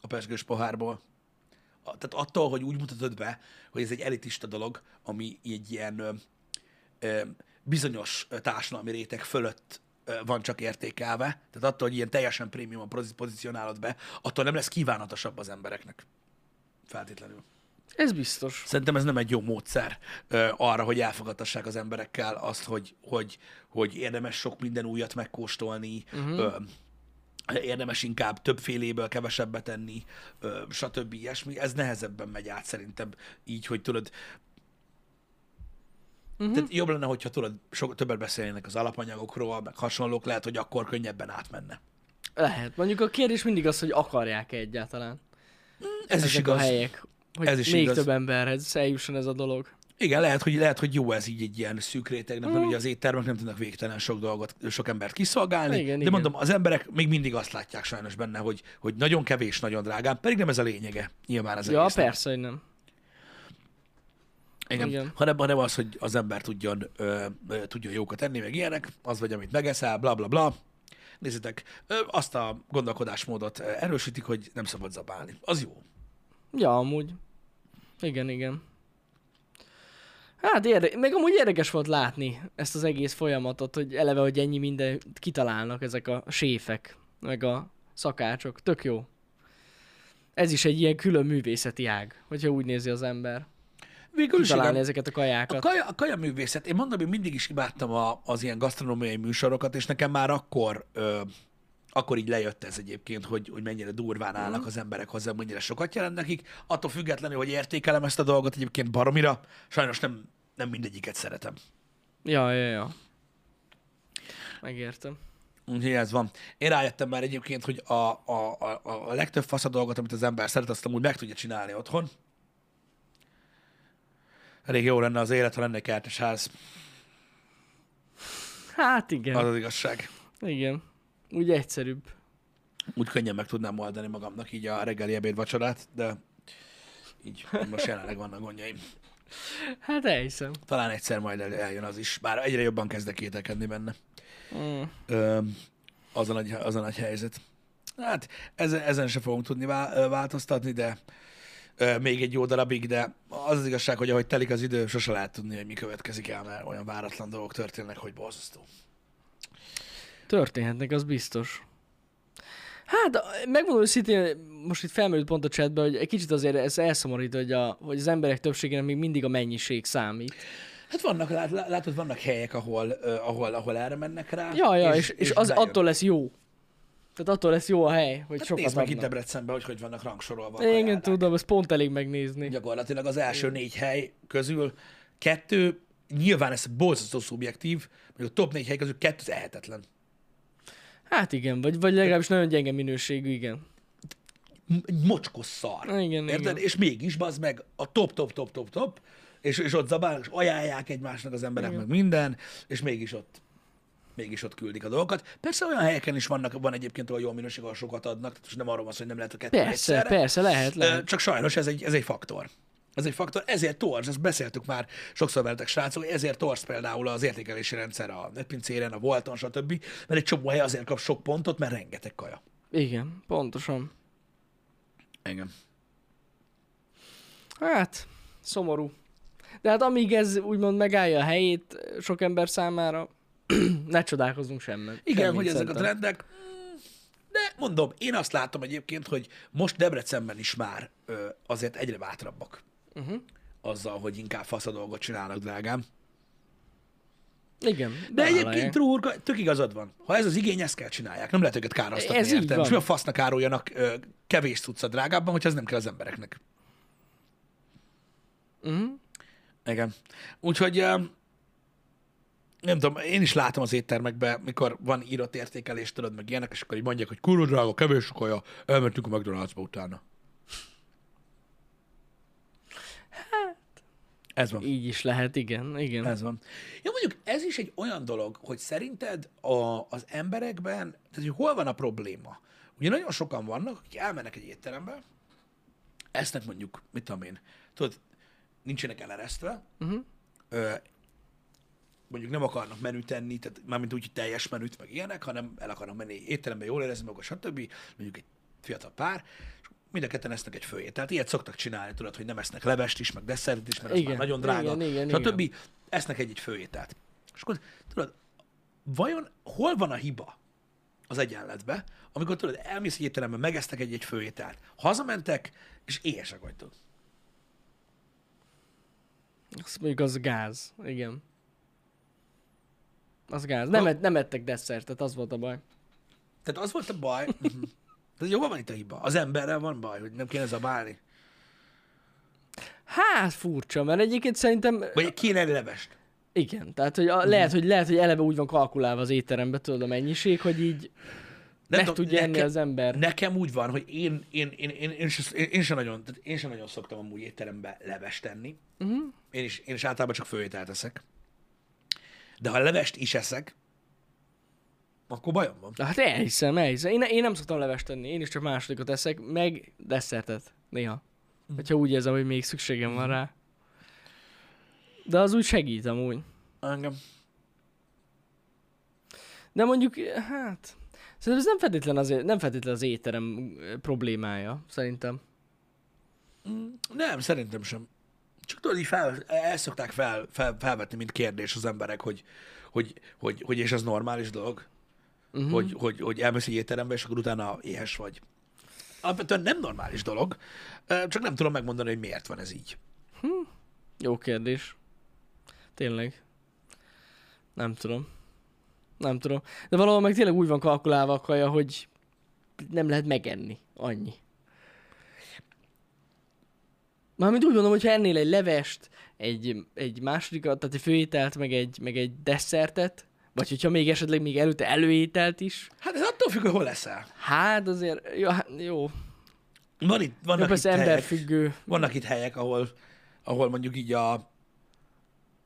[SPEAKER 1] a pesgős pohárból. A- Tehát attól, hogy úgy mutatod be, hogy ez egy elitista dolog, ami egy ilyen ö, ö, bizonyos ö, társadalmi réteg fölött ö, van csak értékelve, tehát attól, hogy ilyen teljesen prémiumon pozi- pozícionálod be, attól nem lesz kívánatosabb az embereknek. Feltétlenül.
[SPEAKER 2] Ez biztos.
[SPEAKER 1] Szerintem ez nem egy jó módszer ö, arra, hogy elfogadtassák az emberekkel azt, hogy, hogy, hogy érdemes sok minden újat megkóstolni,
[SPEAKER 2] Mhm.
[SPEAKER 1] uh-huh. ö, érdemes inkább többféléből kevesebbet enni, ö, stb. ilyesmi. Ez nehezebben megy át szerintem így, hogy tudod,
[SPEAKER 2] Mhm.
[SPEAKER 1] uh-huh. tehát jobb lenne, hogyha tudod, sok, többet beszélnének az alapanyagokról, meg hasonlók, lehet, hogy akkor könnyebben átmenne.
[SPEAKER 2] Lehet. Mondjuk a kérdés mindig az, hogy akarják-e egyáltalán
[SPEAKER 1] Ez is
[SPEAKER 2] ezek
[SPEAKER 1] igaz.
[SPEAKER 2] a helyek. Hogy
[SPEAKER 1] Ez is
[SPEAKER 2] még
[SPEAKER 1] igaz.
[SPEAKER 2] több emberhez eljusson ez a dolog.
[SPEAKER 1] Igen, lehet hogy, lehet, hogy jó ez így egy ilyen szűk rétegnek,
[SPEAKER 2] Mm.
[SPEAKER 1] mert ugye az éttermek nem tudnak végtelen sok dolgot, sok embert kiszolgálni,
[SPEAKER 2] Igen,
[SPEAKER 1] de
[SPEAKER 2] igen.
[SPEAKER 1] mondom, az emberek még mindig azt látják sajnos benne, hogy, hogy nagyon kevés, nagyon drágán, pedig nem ez a lényege nyilván ez
[SPEAKER 2] Ja, persze, hogy nem.
[SPEAKER 1] Igen.
[SPEAKER 2] igen.
[SPEAKER 1] Hanem, hanem az, hogy az ember tudjon, ö, ö, tudjon jókat enni, meg ilyenek, az vagy, amit megeszel, bla bla bla. Nézzétek, ö, azt a gondolkodásmódot ö, erősítik, hogy nem szabad zabálni. Az jó.
[SPEAKER 2] Ja, amúgy. Igen, igen. Hát érde- meg amúgy érdekes volt látni ezt az egész folyamatot, hogy eleve, hogy ennyi minden kitalálnak ezek a séfek, meg a szakácsok. Tök jó. Ez is egy ilyen külön művészeti ág, hogyha úgy nézi az ember.
[SPEAKER 1] Végül is
[SPEAKER 2] Kitalálni
[SPEAKER 1] igen.
[SPEAKER 2] ezeket a
[SPEAKER 1] A
[SPEAKER 2] kajákat.
[SPEAKER 1] kaja, a kaja művészet, én mondom, én mindig is imádtam a, az ilyen gasztronómiai műsorokat, és nekem már akkor ö, akkor így lejött ez egyébként, hogy, hogy mennyire durván állnak az emberek hozzá, mennyire sokat jelent nekik. Attól függetlenül, hogy értékelem ezt a dolgot egyébként baromira, sajnos nem, nem mindegyiket szeretem.
[SPEAKER 2] Ja, ja, ja. Megértem.
[SPEAKER 1] Úgyhogy ez van. Én rájöttem már egyébként, hogy a, a, a, a legtöbb fasz a dolgot, amit az ember szeret, azt amúgy meg tudja csinálni otthon. Elég jó lenne az élet, ha lenne egy kertes ház.
[SPEAKER 2] Hát igen,
[SPEAKER 1] Az
[SPEAKER 2] az...
[SPEAKER 1] az igazság.
[SPEAKER 2] igen. Úgy egyszerűbb.
[SPEAKER 1] Úgy könnyen meg tudnám oldani magamnak így a reggeli ebéd vacsorát, de így most jelenleg vannak gondjaim.
[SPEAKER 2] Hát elhiszem.
[SPEAKER 1] Talán egyszer majd el- eljön az is, bár egyre jobban kezdek kételkedni benne.
[SPEAKER 2] Mm.
[SPEAKER 1] Öm, az, a nagy, az a nagy helyzet. Hát ezen, ezen se fogunk tudni vá- ö, változtatni, de ö, még egy jó darabig, de az az igazság, hogy ahogy telik az idő, sose lehet tudni, hogy mi következik el, mert olyan váratlan dolgok történnek, hogy borzasztó.
[SPEAKER 2] Történhetnek, az biztos. Hát, a- megmondom őszintén, most itt felmerült pont a chatben, hogy egy kicsit azért ez elszomorít, hogy, a, hogy az emberek többségének még mindig a mennyiség számít.
[SPEAKER 1] Hát vannak, lát, látod, vannak helyek, ahol, ö, ahol, ahol erre mennek rá.
[SPEAKER 2] Ja, ja, és, és, és az
[SPEAKER 1] bejön.
[SPEAKER 2] attól lesz jó. Tehát attól lesz jó a hely, hogy
[SPEAKER 1] Hát
[SPEAKER 2] sokat
[SPEAKER 1] nézd meg itt
[SPEAKER 2] adnak.
[SPEAKER 1] Debrecenben, hogy hogy vannak rangsorolva. a
[SPEAKER 2] Igen,
[SPEAKER 1] kajánál.
[SPEAKER 2] tudom, ez pont elég megnézni.
[SPEAKER 1] Gyakorlatilag az első négy hely közül kettő, nyilván ez borzasztó szubjektív, hogy a top négy hely közül kettő az ehetetlen.
[SPEAKER 2] Hát igen, vagy, vagy legalábbis nagyon gyenge minőségű, igen.
[SPEAKER 1] M- egy mocskos szar.
[SPEAKER 2] Igen,
[SPEAKER 1] Érted?
[SPEAKER 2] igen.
[SPEAKER 1] És mégis, az meg a top, top, top, top, top, és, és ott zabálnak, és ajánlják egymásnak az emberek, meg minden, és mégis ott mégis ott küldik a dolgokat. Persze olyan helyeken is vannak, van egyébként, ahol jó minőségben sokat adnak, tehát most nem arról van szó, hogy nem lehet a kettő
[SPEAKER 2] Persze,
[SPEAKER 1] egyszerre.
[SPEAKER 2] persze, lehet,
[SPEAKER 1] Ö,
[SPEAKER 2] lehet.
[SPEAKER 1] Csak sajnos ez egy, ez egy faktor. Ez egy faktor, ezért torz, ezt beszéltük már sokszor veletek srácok, hogy ezért torz például az értékelési rendszer a netpincéren, a Volton, stb. Mert egy csomó hely azért kap sok pontot, mert rengeteg kaja.
[SPEAKER 2] Igen, pontosan.
[SPEAKER 1] Engem.
[SPEAKER 2] Hát, szomorú. De hát amíg ez úgymond megállja a helyét sok ember számára, ne csodálkozunk semmi.
[SPEAKER 1] Igen, hogy ezek a trendek. mm, De mondom, én azt látom egyébként, hogy most Debrecenben is már ö, azért egyre bátrabbak.
[SPEAKER 2] Uh-huh.
[SPEAKER 1] Azzal, hogy inkább fasz a dolgot csinálnak, drágám.
[SPEAKER 2] Igen.
[SPEAKER 1] De
[SPEAKER 2] bevállalják.
[SPEAKER 1] egyébként, Trúr, tök igazad van. Ha ez az igény, ezt kell csinálják. Nem lehet őket károztatni,
[SPEAKER 2] Ez így
[SPEAKER 1] értem? És
[SPEAKER 2] van.
[SPEAKER 1] mi a fasznak áruljanak ö, kevés cucca drágábban, hogyha ez nem kell az embereknek.
[SPEAKER 2] Mhm.
[SPEAKER 1] Igen. Úgyhogy ö, nem tudom, én is látom az éttermekben, mikor van írott értékelés, tudod, meg ilyenek, és akkor így mondják, hogy kurva drága, kevés a kaja, elmentünk a McDonald'sba utána.
[SPEAKER 2] Hát.
[SPEAKER 1] Ez van.
[SPEAKER 2] Így is lehet, igen, igen.
[SPEAKER 1] Ez van. Ja, mondjuk ez is egy olyan dolog, hogy szerinted a, az emberekben, tehát hogy hol van a probléma? Ugye nagyon sokan vannak, akik elmennek egy étterembe, esznek mondjuk, mit tudom én, tudod, nincsenek eleresztve,
[SPEAKER 2] Mhm.
[SPEAKER 1] ö, mondjuk nem akarnak menüt tenni, tehát mármint úgy, hogy teljes menüt, meg ilyenek, hanem el akarnak menni étterembe, jól érezni magukat, stb. Mondjuk egy fiatal pár, és mind a ketten esznek egy főételt. Ilyet szoktak csinálni, tudod, hogy nem esznek levest is, meg desszertet is, mert az
[SPEAKER 2] Igen,
[SPEAKER 1] már nagyon drága,
[SPEAKER 2] igen, igen,
[SPEAKER 1] stb. Esznek egy-egy főételt. És akkor tudod, vajon hol van a hiba az egyenletbe, amikor tudod, elmész egy étterembe, megesztek egy-egy főételt, hazamentek, és éhesek vagytok.
[SPEAKER 2] Az mondjuk az gáz, igen. Az gáz. Nem, et, nem ettek desszertet, az volt a baj.
[SPEAKER 1] Tehát az volt a baj. Mhm. Tehát jobban van itt a hiba. Az emberrel van baj, hogy nem kéne zabálni.
[SPEAKER 2] Hát furcsa, mert egyébként szerintem...
[SPEAKER 1] Vagy kéne egy levest.
[SPEAKER 2] Igen, tehát hogy a, lehet, hogy lehet, hogy eleve úgy van kalkulálva az étterembe, tudod a mennyiség, hogy így meg tudja enni
[SPEAKER 1] nekem,
[SPEAKER 2] az ember.
[SPEAKER 1] nekem úgy van, hogy én, én, én, én, én, se, én, én, se nagyon, tehát én sem nagyon szoktam amúgy étterembe levest tenni.
[SPEAKER 2] Mhm.
[SPEAKER 1] Uh-huh. Én, is, én is általában csak főételt eszek. De ha levest is eszek, akkor bajom van.
[SPEAKER 2] Hát elhiszem, elhiszem. Én, én nem szoktam levest tenni, én is csak másodikot eszek, meg desszertet néha. Hogyha úgy érzem, hogy még szükségem van rá. De az úgy segít amúgy.
[SPEAKER 1] Engem.
[SPEAKER 2] De mondjuk, hát... Szerintem ez nem feltétlen az, nem feltétlen az étterem ö, problémája, szerintem.
[SPEAKER 1] Nem, szerintem sem. csak tudod, így fel, ezt szokták fel, fel, felvetni, mint kérdés az emberek, hogy, hogy, hogy, hogy és ez normális dolog?
[SPEAKER 2] Mhm.
[SPEAKER 1] Uh-huh. Hogy, hogy, hogy elmész egy étterembe, és akkor utána éhes vagy. Alapvetően nem normális dolog, ö, csak nem tudom megmondani, hogy miért van ez így.
[SPEAKER 2] Jó kérdés. Tényleg. Nem tudom. Nem tudom. De valahol meg tényleg úgy van kalkulálva a kaja, hogy nem lehet megenni. Annyi. Mármint úgy gondolom, hogy ha ennél egy levest, egy, egy másodikat, tehát egy főételt, meg egy, meg egy desszertet, vagy hogyha még esetleg még előtte előételt is,
[SPEAKER 1] Hát ez attól függ, hogy hol leszel.
[SPEAKER 2] hát azért, jó, hát jó.
[SPEAKER 1] Van itt,
[SPEAKER 2] Jó,
[SPEAKER 1] vannak itt
[SPEAKER 2] persze
[SPEAKER 1] helyek,
[SPEAKER 2] emberfüggő.
[SPEAKER 1] vannak itt helyek, ahol, ahol mondjuk így a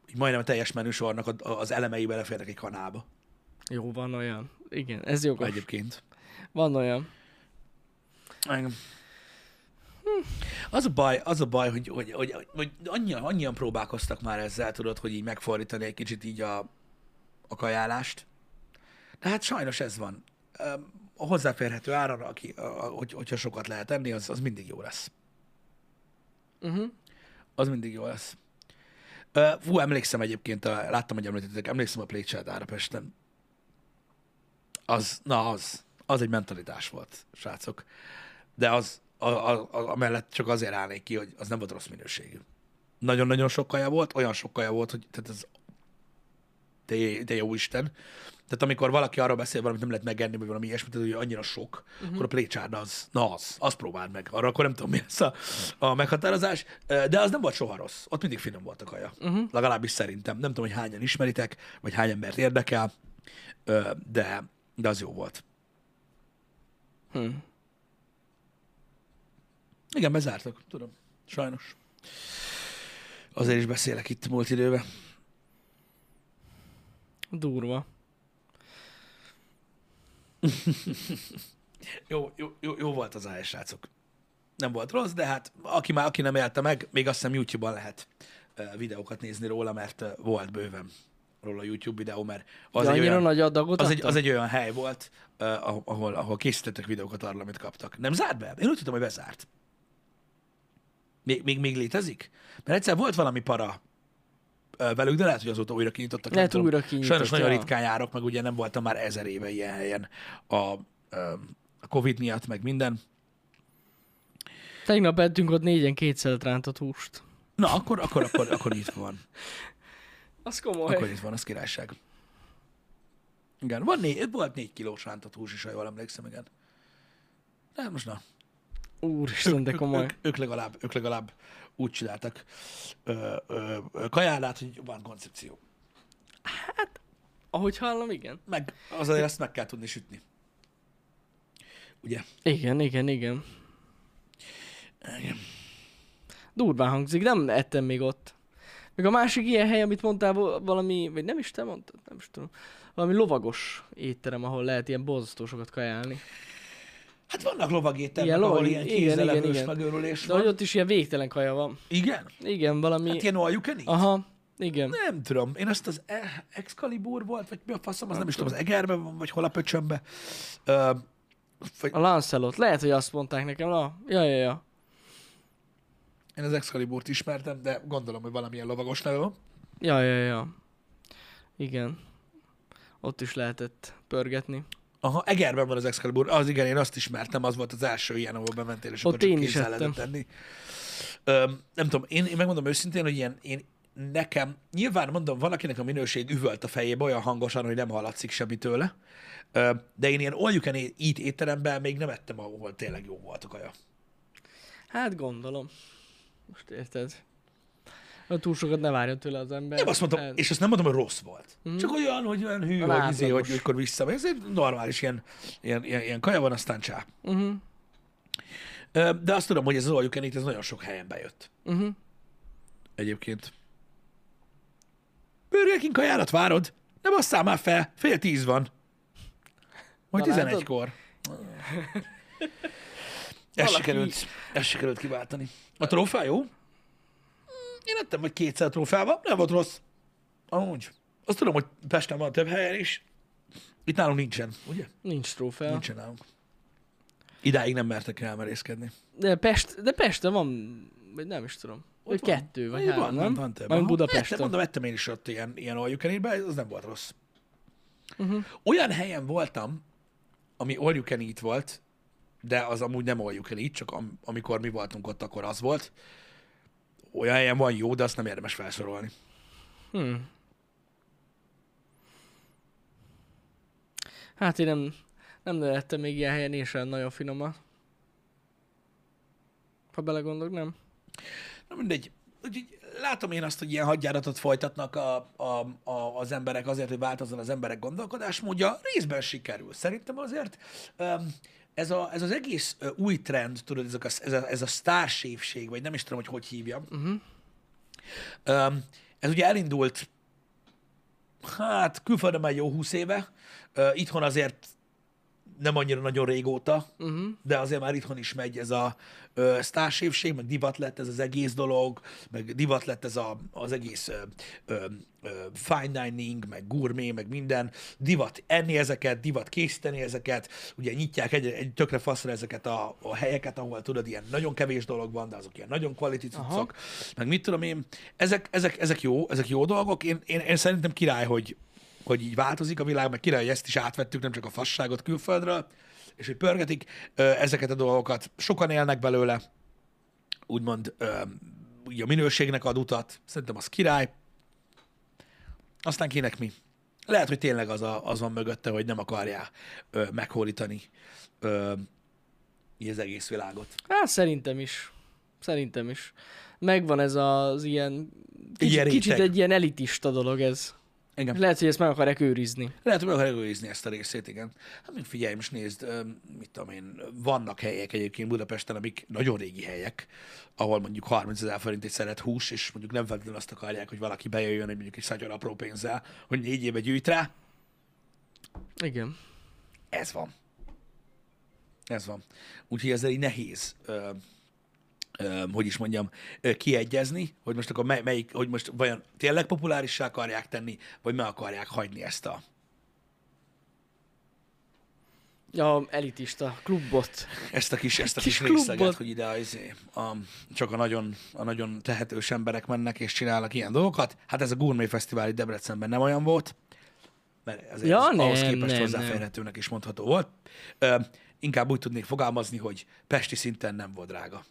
[SPEAKER 1] így majdnem a teljes menüsornak a- a- az elemei beleférnek egy kanába
[SPEAKER 2] Jó, van olyan. Igen, ez jogos.
[SPEAKER 1] egyébként.
[SPEAKER 2] Van olyan.
[SPEAKER 1] Engem. Hm. Az a baj, az a baj hogy, hogy, hogy, hogy annyian, annyian próbálkoztak már ezzel, tudod, hogy így megfordítani egy kicsit így a, a kajálást. De hát sajnos ez van. Öm, A hozzáférhető áron, aki, a, a, hogy, hogyha sokat lehet enni, az, az mindig jó lesz.
[SPEAKER 2] Uh-huh.
[SPEAKER 1] Az mindig jó lesz. Ö, Fú, emlékszem egyébként, a, láttam, hogy említettek, emlékszem a Plague Child Árapesten. Az, na az, az egy mentalitás volt, srácok. De az, a, a, a, amellett csak azért állnék ki, hogy az nem volt rossz minőségű. Nagyon-nagyon sok kaja volt, olyan sok kaja volt, hogy tehát ez, de, de jó Isten. Tehát amikor valaki arról beszél, valamit nem lehet megenni, vagy valami ilyesmit, tehát, hogy annyira sok, uh-huh. akkor a plécsárd az, na az, azt próbáld meg. Arra akkor nem tudom, mi lesz a, a meghatározás, de az nem volt soha rossz. Ott mindig finom volt a kaja. Uh-huh. Legalábbis szerintem. Nem tudom, hogy hányan ismeritek, vagy hány embert érdekel, ö, de, de az jó volt.
[SPEAKER 2] Hm.
[SPEAKER 1] Igen, bezártak, tudom. Sajnos. Azért is beszélek itt múlt időben.
[SPEAKER 2] Durva.
[SPEAKER 1] Jó, jó, jó, jó volt az AS, srácok. Nem volt rossz, de hát aki már aki nem élte meg, még azt hiszem YouTube-on lehet ö, videókat nézni róla, mert ö, volt bőven róla YouTube videó, mert az,
[SPEAKER 2] Az
[SPEAKER 1] egy,
[SPEAKER 2] annyira
[SPEAKER 1] olyan,
[SPEAKER 2] nagy adagot
[SPEAKER 1] az, egy,
[SPEAKER 2] adtak?
[SPEAKER 1] az egy olyan hely volt, ö, ah- ahol, ahol készítettek videókat arról, amit kaptak. Nem zárt be? Én úgy tudom, hogy bezárt. Még, még, még létezik? Mert egyszer volt valami para ö, velük, de lehet, hogy azóta újra kinyitottak. nem
[SPEAKER 2] Lehet
[SPEAKER 1] tudom.
[SPEAKER 2] újra kinyitott,
[SPEAKER 1] Sajnos nagyon
[SPEAKER 2] ja.
[SPEAKER 1] ritkán járok, meg ugye nem voltam már ezer éve ilyen helyen a, ö, a Covid miatt, meg minden.
[SPEAKER 2] Tegnap ettünk ott négyen kétszer rántott húst.
[SPEAKER 1] Na, akkor, akkor, akkor, akkor nyitva van.
[SPEAKER 2] Az komoly.
[SPEAKER 1] Akkor nyitva van, az királyság. Igen, van négy, volt négy kilós rántott hús is, ha jól emlékszem, igen. De hát most na,
[SPEAKER 2] Úristen, de
[SPEAKER 1] ők,
[SPEAKER 2] komoly.
[SPEAKER 1] ők, ők, legalább, ők legalább úgy csináltak ö, ö, ö, kajálát, hogy van koncepció.
[SPEAKER 2] Ahogy hallom, igen.
[SPEAKER 1] Meg azért ezt meg kell tudni sütni. Ugye?
[SPEAKER 2] Igen, igen, igen.
[SPEAKER 1] Igen.
[SPEAKER 2] Durván hangzik, nem ettem még ott. Még a másik ilyen hely, amit mondtál, vo- valami, vagy nem is te mondtad, nem is tudom. Valami lovagos étterem, ahol lehet ilyen borzasztósokat kajálni.
[SPEAKER 1] Hát vannak lovagételmek,
[SPEAKER 2] Ilyen
[SPEAKER 1] ilyen ahol
[SPEAKER 2] lovagi-
[SPEAKER 1] ilyen
[SPEAKER 2] igen, igen,
[SPEAKER 1] kézzelevős
[SPEAKER 2] igen.
[SPEAKER 1] megőrülés
[SPEAKER 2] De hogy
[SPEAKER 1] van.
[SPEAKER 2] ott is ilyen végtelen kaja van.
[SPEAKER 1] Igen?
[SPEAKER 2] Igen, valami...
[SPEAKER 1] Hát ilyen all you can eat?
[SPEAKER 2] Aha, igen.
[SPEAKER 1] Nem tudom, én azt az E- Excalibur volt, vagy mi a faszom, az nem, is tudom, az Egerben van, vagy hol a pöcsömbe. Ö, vagy,
[SPEAKER 2] A Lancelot. Lehet, hogy azt mondták nekem. Na, ja, ja, ja.
[SPEAKER 1] én az Excaliburt ismertem, de gondolom, hogy valamilyen lovagos neve van.
[SPEAKER 2] Ja, ja, ja. Igen. Ott is lehetett pörgetni.
[SPEAKER 1] Aha, Egerben van az Excalibur, az igen, én azt ismertem, az volt az első ilyen, ahol bementél, és
[SPEAKER 2] Ott
[SPEAKER 1] akkor
[SPEAKER 2] én
[SPEAKER 1] csak
[SPEAKER 2] is
[SPEAKER 1] kézzel lehetett tenni. Ö, nem tudom, én, én megmondom őszintén, hogy ilyen, én nekem, nyilván mondom, valakinek a minőség üvölt a fejébe olyan hangosan, hogy nem hallatszik semmi tőle, Ö, de én ilyen all you can eat étteremben még nem ettem, ahol tényleg jó volt a kaja.
[SPEAKER 2] Hát gondolom. Most érted. Ha túl sokat ne várjon tőle az ember.
[SPEAKER 1] Nem azt mondom,
[SPEAKER 2] Hát,
[SPEAKER 1] és azt nem mondom, hogy rossz volt. Mm. Csak olyan, hogy olyan hű, hogy, izé,
[SPEAKER 2] átlagos.
[SPEAKER 1] hogy akkor vissza. Ez egy normális ilyen, ilyen, ilyen, ilyen kaja van, aztán csá.
[SPEAKER 2] Mhm.
[SPEAKER 1] Ö, De azt tudom, hogy ez az oljuk ez nagyon sok helyen bejött.
[SPEAKER 2] Mhm.
[SPEAKER 1] Egyébként. Burger King kajárat várod? Nem asszál már fel, fél tíz van. Vagy
[SPEAKER 2] Na, látod?
[SPEAKER 1] 11-kor. Ez
[SPEAKER 2] Valaki-
[SPEAKER 1] sikerült, ez sikerült kiváltani. A trófea jó? Mm, Én ettem vagy kétszer trófával, nem volt rossz. Amúgy. Azt tudom, hogy Pesten van több helyen is. Itt nálunk nincsen, ugye?
[SPEAKER 2] Nincs trófea. Nincs.
[SPEAKER 1] Nincsen nálunk. Idáig nem mertek elmerészkedni.
[SPEAKER 2] De, Pest, de Pesten van, vagy nem is tudom. Vagy
[SPEAKER 1] van.
[SPEAKER 2] kettő, vagy
[SPEAKER 1] Így
[SPEAKER 2] három,
[SPEAKER 1] van,
[SPEAKER 2] nem?
[SPEAKER 1] Van, van több.
[SPEAKER 2] Majd
[SPEAKER 1] Aha.
[SPEAKER 2] Budapesten.
[SPEAKER 1] Ettem, mondom, ettem én is ott ilyen, ilyen all you can eat-be, az nem volt rossz. Uh-huh. Olyan helyen voltam, ami all you can eat volt, de az amúgy nem all you can eat, csak am- amikor mi voltunk ott, akkor az volt. Olyan helyen van jó, de azt nem érdemes felsorolni.
[SPEAKER 2] Hm. Hát én nem, nem lettem még ilyen helyen, én sem nagyon finoman. Ha belegondolok, nem?
[SPEAKER 1] Na mindegy. Úgyhogy látom én azt, hogy ilyen hadjáratot folytatnak a, a, a, az emberek azért, hogy változzon az emberek gondolkodásmódja. Részben sikerül. Szerintem azért öm, ez, a, ez az egész ö, új trend, tudod, ezek a, ez a, ez a sztársévség, vagy nem is tudom, hogy hogy hívjam. Uh-huh. Ez ugye elindult, hát külföldön már jó húsz éve, Ö, itthon azért nem annyira nagyon régóta, uh-huh. de azért már itthon is megy ez a ö, sztársévség, meg divat lett ez az egész dolog, meg divat lett ez a, az egész ö, ö, ö, fine dining, meg gourmet, meg minden. Divat enni ezeket, divat készíteni ezeket. Ugye nyitják egy, egy tökre faszra ezeket a, a helyeket, ahol tudod, ilyen nagyon kevés dolog van, de azok ilyen nagyon quality cuccok, meg mit tudom én. Ezek, ezek, ezek jó, ezek jó dolgok. Én, én, én szerintem király, hogy, hogy így változik a világ, meg király, hogy ezt is átvettük, nem csak a fasságot külföldről, és hogy pörgetik ö, ezeket a dolgokat. Sokan élnek belőle, úgymond ö, ugye a minőségnek ad utat, szerintem az király. Aztán kinek mi? Lehet, hogy tényleg az, a, az van mögötte, hogy nem akarják ö, meghódítani ö, így az egész világot.
[SPEAKER 2] Hát szerintem is. Szerintem is. Megvan ez az ilyen... Kicsit,
[SPEAKER 1] Ilyen
[SPEAKER 2] kicsit
[SPEAKER 1] réteg.
[SPEAKER 2] egy ilyen elitista dolog ez.
[SPEAKER 1] Engem.
[SPEAKER 2] Lehet, hogy ezt meg akarják őrizni.
[SPEAKER 1] Lehet, hogy meg akarják őrizni ezt a részét, igen. Hát még figyelj, most nézd, ö, mit tudom én, vannak helyek egyébként Budapesten, amik nagyon régi helyek, ahol mondjuk 30 ezer forint egy szeret hús, és mondjuk nem feltétlenül azt akarják, hogy valaki bejöjjön egy mondjuk egy szagyon apró pénzzel, hogy négy éve gyűjt rá.
[SPEAKER 2] Igen.
[SPEAKER 1] Ez van. Ez van. Úgyhogy ezzel így nehéz, ö, ö, hogy is mondjam, ö, kiegyezni, hogy most akkor mely, melyik, hogy most vajon tényleg populárissá akarják tenni, vagy meg akarják hagyni ezt a,
[SPEAKER 2] Ja, elitista klubot.
[SPEAKER 1] ezt a kis, ezt a
[SPEAKER 2] Kis
[SPEAKER 1] kis, kis részleget,
[SPEAKER 2] klubot.
[SPEAKER 1] hogy ide izé, a, csak a nagyon, a nagyon tehetős emberek mennek és csinálnak ilyen dolgokat. Hát ez a Gourmet Fesztivál itt Debrecenben nem olyan volt, mert azért
[SPEAKER 2] Ja,
[SPEAKER 1] ja, nem, ahhoz
[SPEAKER 2] nem,
[SPEAKER 1] képest
[SPEAKER 2] nem,
[SPEAKER 1] hozzáférhetőnek is mondható volt. Ö, inkább úgy tudnék fogalmazni, hogy pesti szinten nem volt drága.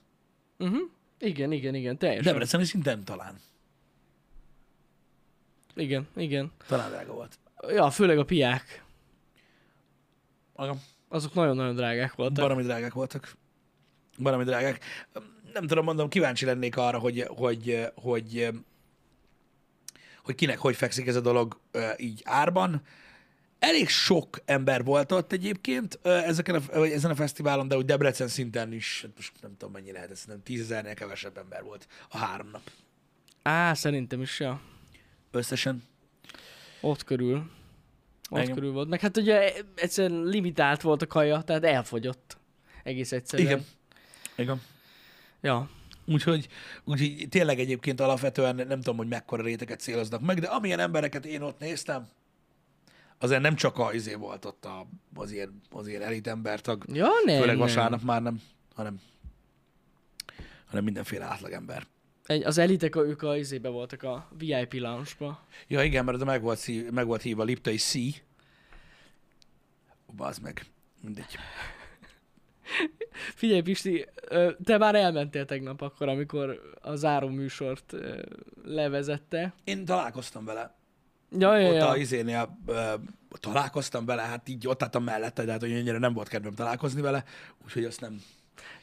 [SPEAKER 2] Uh-huh. Igen, igen, igen, teljesen.
[SPEAKER 1] Debreceni szinten talán.
[SPEAKER 2] Igen, igen.
[SPEAKER 1] Talán drága volt.
[SPEAKER 2] Ja, főleg a piák.
[SPEAKER 1] Magam.
[SPEAKER 2] Azok nagyon-nagyon drágák voltak.
[SPEAKER 1] Baromi drágák voltak. Baromi drágák. Nem tudom, mondom, kíváncsi lennék arra, hogy, hogy, hogy, hogy kinek hogy fekszik ez a dolog ö, így árban. Elég sok ember volt ott egyébként ö, ezeken a, vagy ezen a fesztiválon, de úgy Debrecen szinten is, hát most nem tudom mennyi lehet, ez nem tízezernél kevesebb ember volt a három nap
[SPEAKER 2] Á, szerintem is, ja.
[SPEAKER 1] összesen.
[SPEAKER 2] Ott körül. Ott
[SPEAKER 1] Igen.
[SPEAKER 2] körül volt. Meg hát ugye egyszerűen limitált volt a kaja, tehát elfogyott. Egész egyszerűen.
[SPEAKER 1] Igen. Igen.
[SPEAKER 2] Ja.
[SPEAKER 1] Úgyhogy, úgyhogy tényleg egyébként alapvetően nem tudom, hogy mekkora réteget céloznak meg, de amilyen embereket én ott néztem, azért nem csak a izé volt ott a, az, ilyen, az ilyen elit embertag,
[SPEAKER 2] Ja, nem,
[SPEAKER 1] főleg
[SPEAKER 2] nem.
[SPEAKER 1] vasárnap már nem, hanem, hanem mindenféle átlagember.
[SPEAKER 2] Egy, az elitek, ők a izébe voltak a VIP lounge-ba.
[SPEAKER 1] Ja igen, mert ez meg volt, szí- meg volt hívva Liptai C. Bazd meg, mindegy.
[SPEAKER 2] Figyelj, Pisti, ö, te már elmentél tegnap akkor, amikor a záró műsort ö, levezette.
[SPEAKER 1] Én találkoztam vele,
[SPEAKER 2] Ja, ja,
[SPEAKER 1] ott
[SPEAKER 2] ja.
[SPEAKER 1] a izénél ö, találkoztam vele, hát így ott álltam mellette, de hát hogy ennyire nem volt kedvem találkozni vele, úgyhogy azt nem,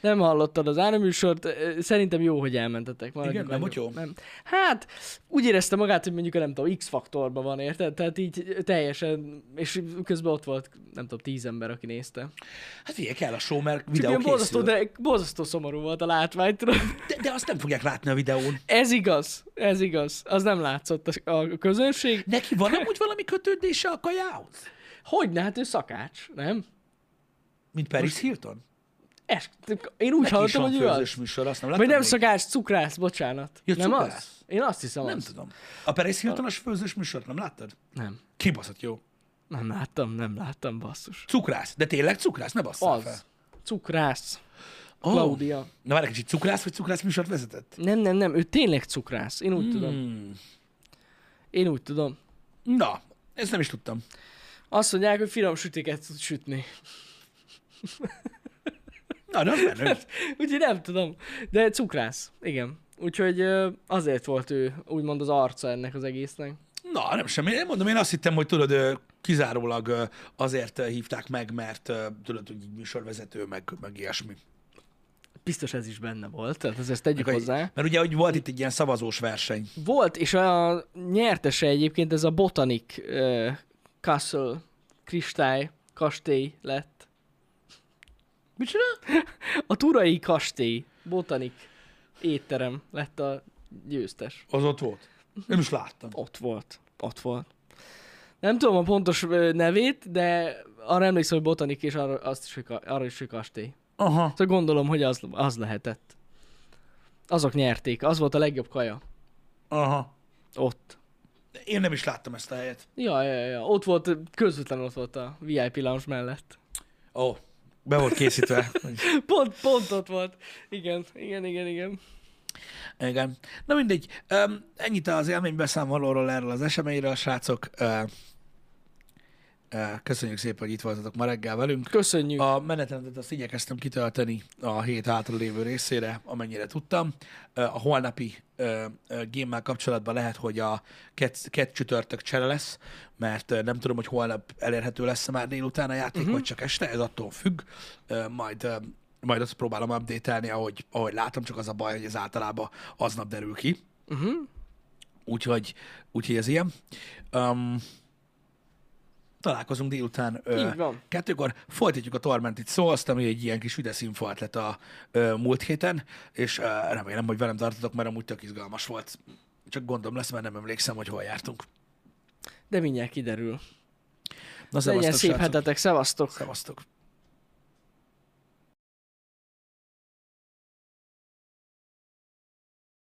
[SPEAKER 2] Nem hallottad az áraműsort, ö, szerintem jó, hogy elmentetek. Maradjunk
[SPEAKER 1] Igen, nem
[SPEAKER 2] annyi-
[SPEAKER 1] volt jó?
[SPEAKER 2] Nem. Hát, úgy érezte magát, hogy mondjuk a nem tudom, X-faktorban van, érted? Tehát így teljesen, és közben ott volt, nem tudom, tíz ember, aki nézte.
[SPEAKER 1] Hát figyelj, kell a show, mert
[SPEAKER 2] Csak
[SPEAKER 1] videó
[SPEAKER 2] ilyen
[SPEAKER 1] készül.
[SPEAKER 2] borzasztó,
[SPEAKER 1] de...
[SPEAKER 2] de borzasztó szomorú volt a látvány, tudod?
[SPEAKER 1] De, de, azt nem fogják látni a videón.
[SPEAKER 2] Ez igaz, ez igaz. Az nem látszott a, a közönség.
[SPEAKER 1] Neki van amúgy valami kötődése a kajához?
[SPEAKER 2] Hogyne, hát ő szakács, nem?
[SPEAKER 1] Mint Paris Most... Hilton?
[SPEAKER 2] Es, én úgy
[SPEAKER 1] Neki is
[SPEAKER 2] hallottam,
[SPEAKER 1] van
[SPEAKER 2] hogy ő
[SPEAKER 1] főzős
[SPEAKER 2] az.
[SPEAKER 1] műsor, azt nem
[SPEAKER 2] Vagy
[SPEAKER 1] láttam
[SPEAKER 2] nem
[SPEAKER 1] még?
[SPEAKER 2] szakács, cukrász, bocsánat.
[SPEAKER 1] Ja,
[SPEAKER 2] nem
[SPEAKER 1] cukrász.
[SPEAKER 2] az? Én azt hiszem
[SPEAKER 1] Nem
[SPEAKER 2] az.
[SPEAKER 1] tudom. A Paris Hiltonos főzős műsort nem láttad?
[SPEAKER 2] Nem.
[SPEAKER 1] Kibaszott jó.
[SPEAKER 2] Nem láttam, nem láttam, basszus.
[SPEAKER 1] Cukrász. De tényleg cukrász? Ne basszál fel.
[SPEAKER 2] Az. Cukrász.
[SPEAKER 1] Ó.
[SPEAKER 2] Claudia.
[SPEAKER 1] Oh. Na már egy kicsit cukrász, vagy cukrász műsort vezetett?
[SPEAKER 2] Nem, nem, nem, ő tényleg cukrász. Én úgy hmm. tudom.
[SPEAKER 1] Hmm.
[SPEAKER 2] Én úgy tudom.
[SPEAKER 1] Na, ezt nem is tudtam.
[SPEAKER 2] Azt mondják, hogy finom sütiket tud sütni.
[SPEAKER 1] Na, de az menő.
[SPEAKER 2] Úgyhogy nem tudom. De cukrász. Igen. Úgyhogy ö, azért volt ő úgymond az arca ennek az egésznek.
[SPEAKER 1] Na, nem semmi. Én mondom, én azt hittem, hogy tudod, ö, kizárólag ö, azért ö, hívták meg, mert ö, tudod, hogy így műsorvezető, meg, meg ilyesmi.
[SPEAKER 2] Biztos ez is benne volt, tehát ezt tegyük
[SPEAKER 1] Meg, hogy-
[SPEAKER 2] hozzá.
[SPEAKER 1] Mert ugye, hogy volt itt egy ilyen szavazós verseny.
[SPEAKER 2] Volt, és a nyertese egyébként ez a Botanic uh, Castle kristály kastély lett.
[SPEAKER 1] Micsoda?
[SPEAKER 2] A Turai kastély, Botanic étterem lett a győztes.
[SPEAKER 1] Az ott volt. Nem is láttam.
[SPEAKER 2] Ott volt, ott volt. Nem tudom a pontos ö, nevét, de arra emlékszem, hogy Botanic, és arra, azt is, hogy, ka- arra is, hogy kastély.
[SPEAKER 1] Aha.
[SPEAKER 2] Szóval gondolom, hogy az, az lehetett. Azok nyerték, az volt a legjobb kaja.
[SPEAKER 1] Aha.
[SPEAKER 2] Ott.
[SPEAKER 1] Én nem is láttam ezt a helyet.
[SPEAKER 2] Ja, ja, ja, ott volt, közvetlenül ott volt a VIP lounge mellett.
[SPEAKER 1] Ó, oh, be volt készítve.
[SPEAKER 2] Pont, pont ott volt. Igen, igen, igen, igen.
[SPEAKER 1] Igen. Na mindegy. Um, ennyit az élménybeszámolóról erről az eseményről, srácok. Uh, uh, köszönjük szépen, hogy itt voltatok ma reggel velünk.
[SPEAKER 2] Köszönjük.
[SPEAKER 1] A menetrendet azt igyekeztem kitölteni a hét hátra lévő részére, amennyire tudtam. Ö, A holnapi ö, ö, gémmel kapcsolatban lehet, hogy a kett, kett csütörtök csere lesz, mert ö, nem tudom, hogy holnap elérhető lesz már délután a játék, uh-huh. vagy csak este, ez attól függ. Ö, Majd ö, majd azt próbálom update-elni, ahogy, ahogy látom, csak az a baj, hogy ez általában aznap derül ki.
[SPEAKER 2] Uh-huh.
[SPEAKER 1] Úgyhogy, úgyhogy ez ilyen. Um, találkozunk délután ö,
[SPEAKER 2] Így van.
[SPEAKER 1] kettőkor. Folytatjuk a Tormentit Souls-t, ami egy ilyen kis üdeszínfolt lett a ö, múlt héten, és ö, remélem, hogy velem tartotok, mert amúgy tök izgalmas volt. Csak gondom lesz, mert nem emlékszem, hogy hol jártunk.
[SPEAKER 2] De mindjárt kiderül.
[SPEAKER 1] Na,
[SPEAKER 2] Legyen
[SPEAKER 1] szevasztok,
[SPEAKER 2] szép
[SPEAKER 1] srácok.
[SPEAKER 2] hetetek, szevasztok!
[SPEAKER 1] Szevasztok.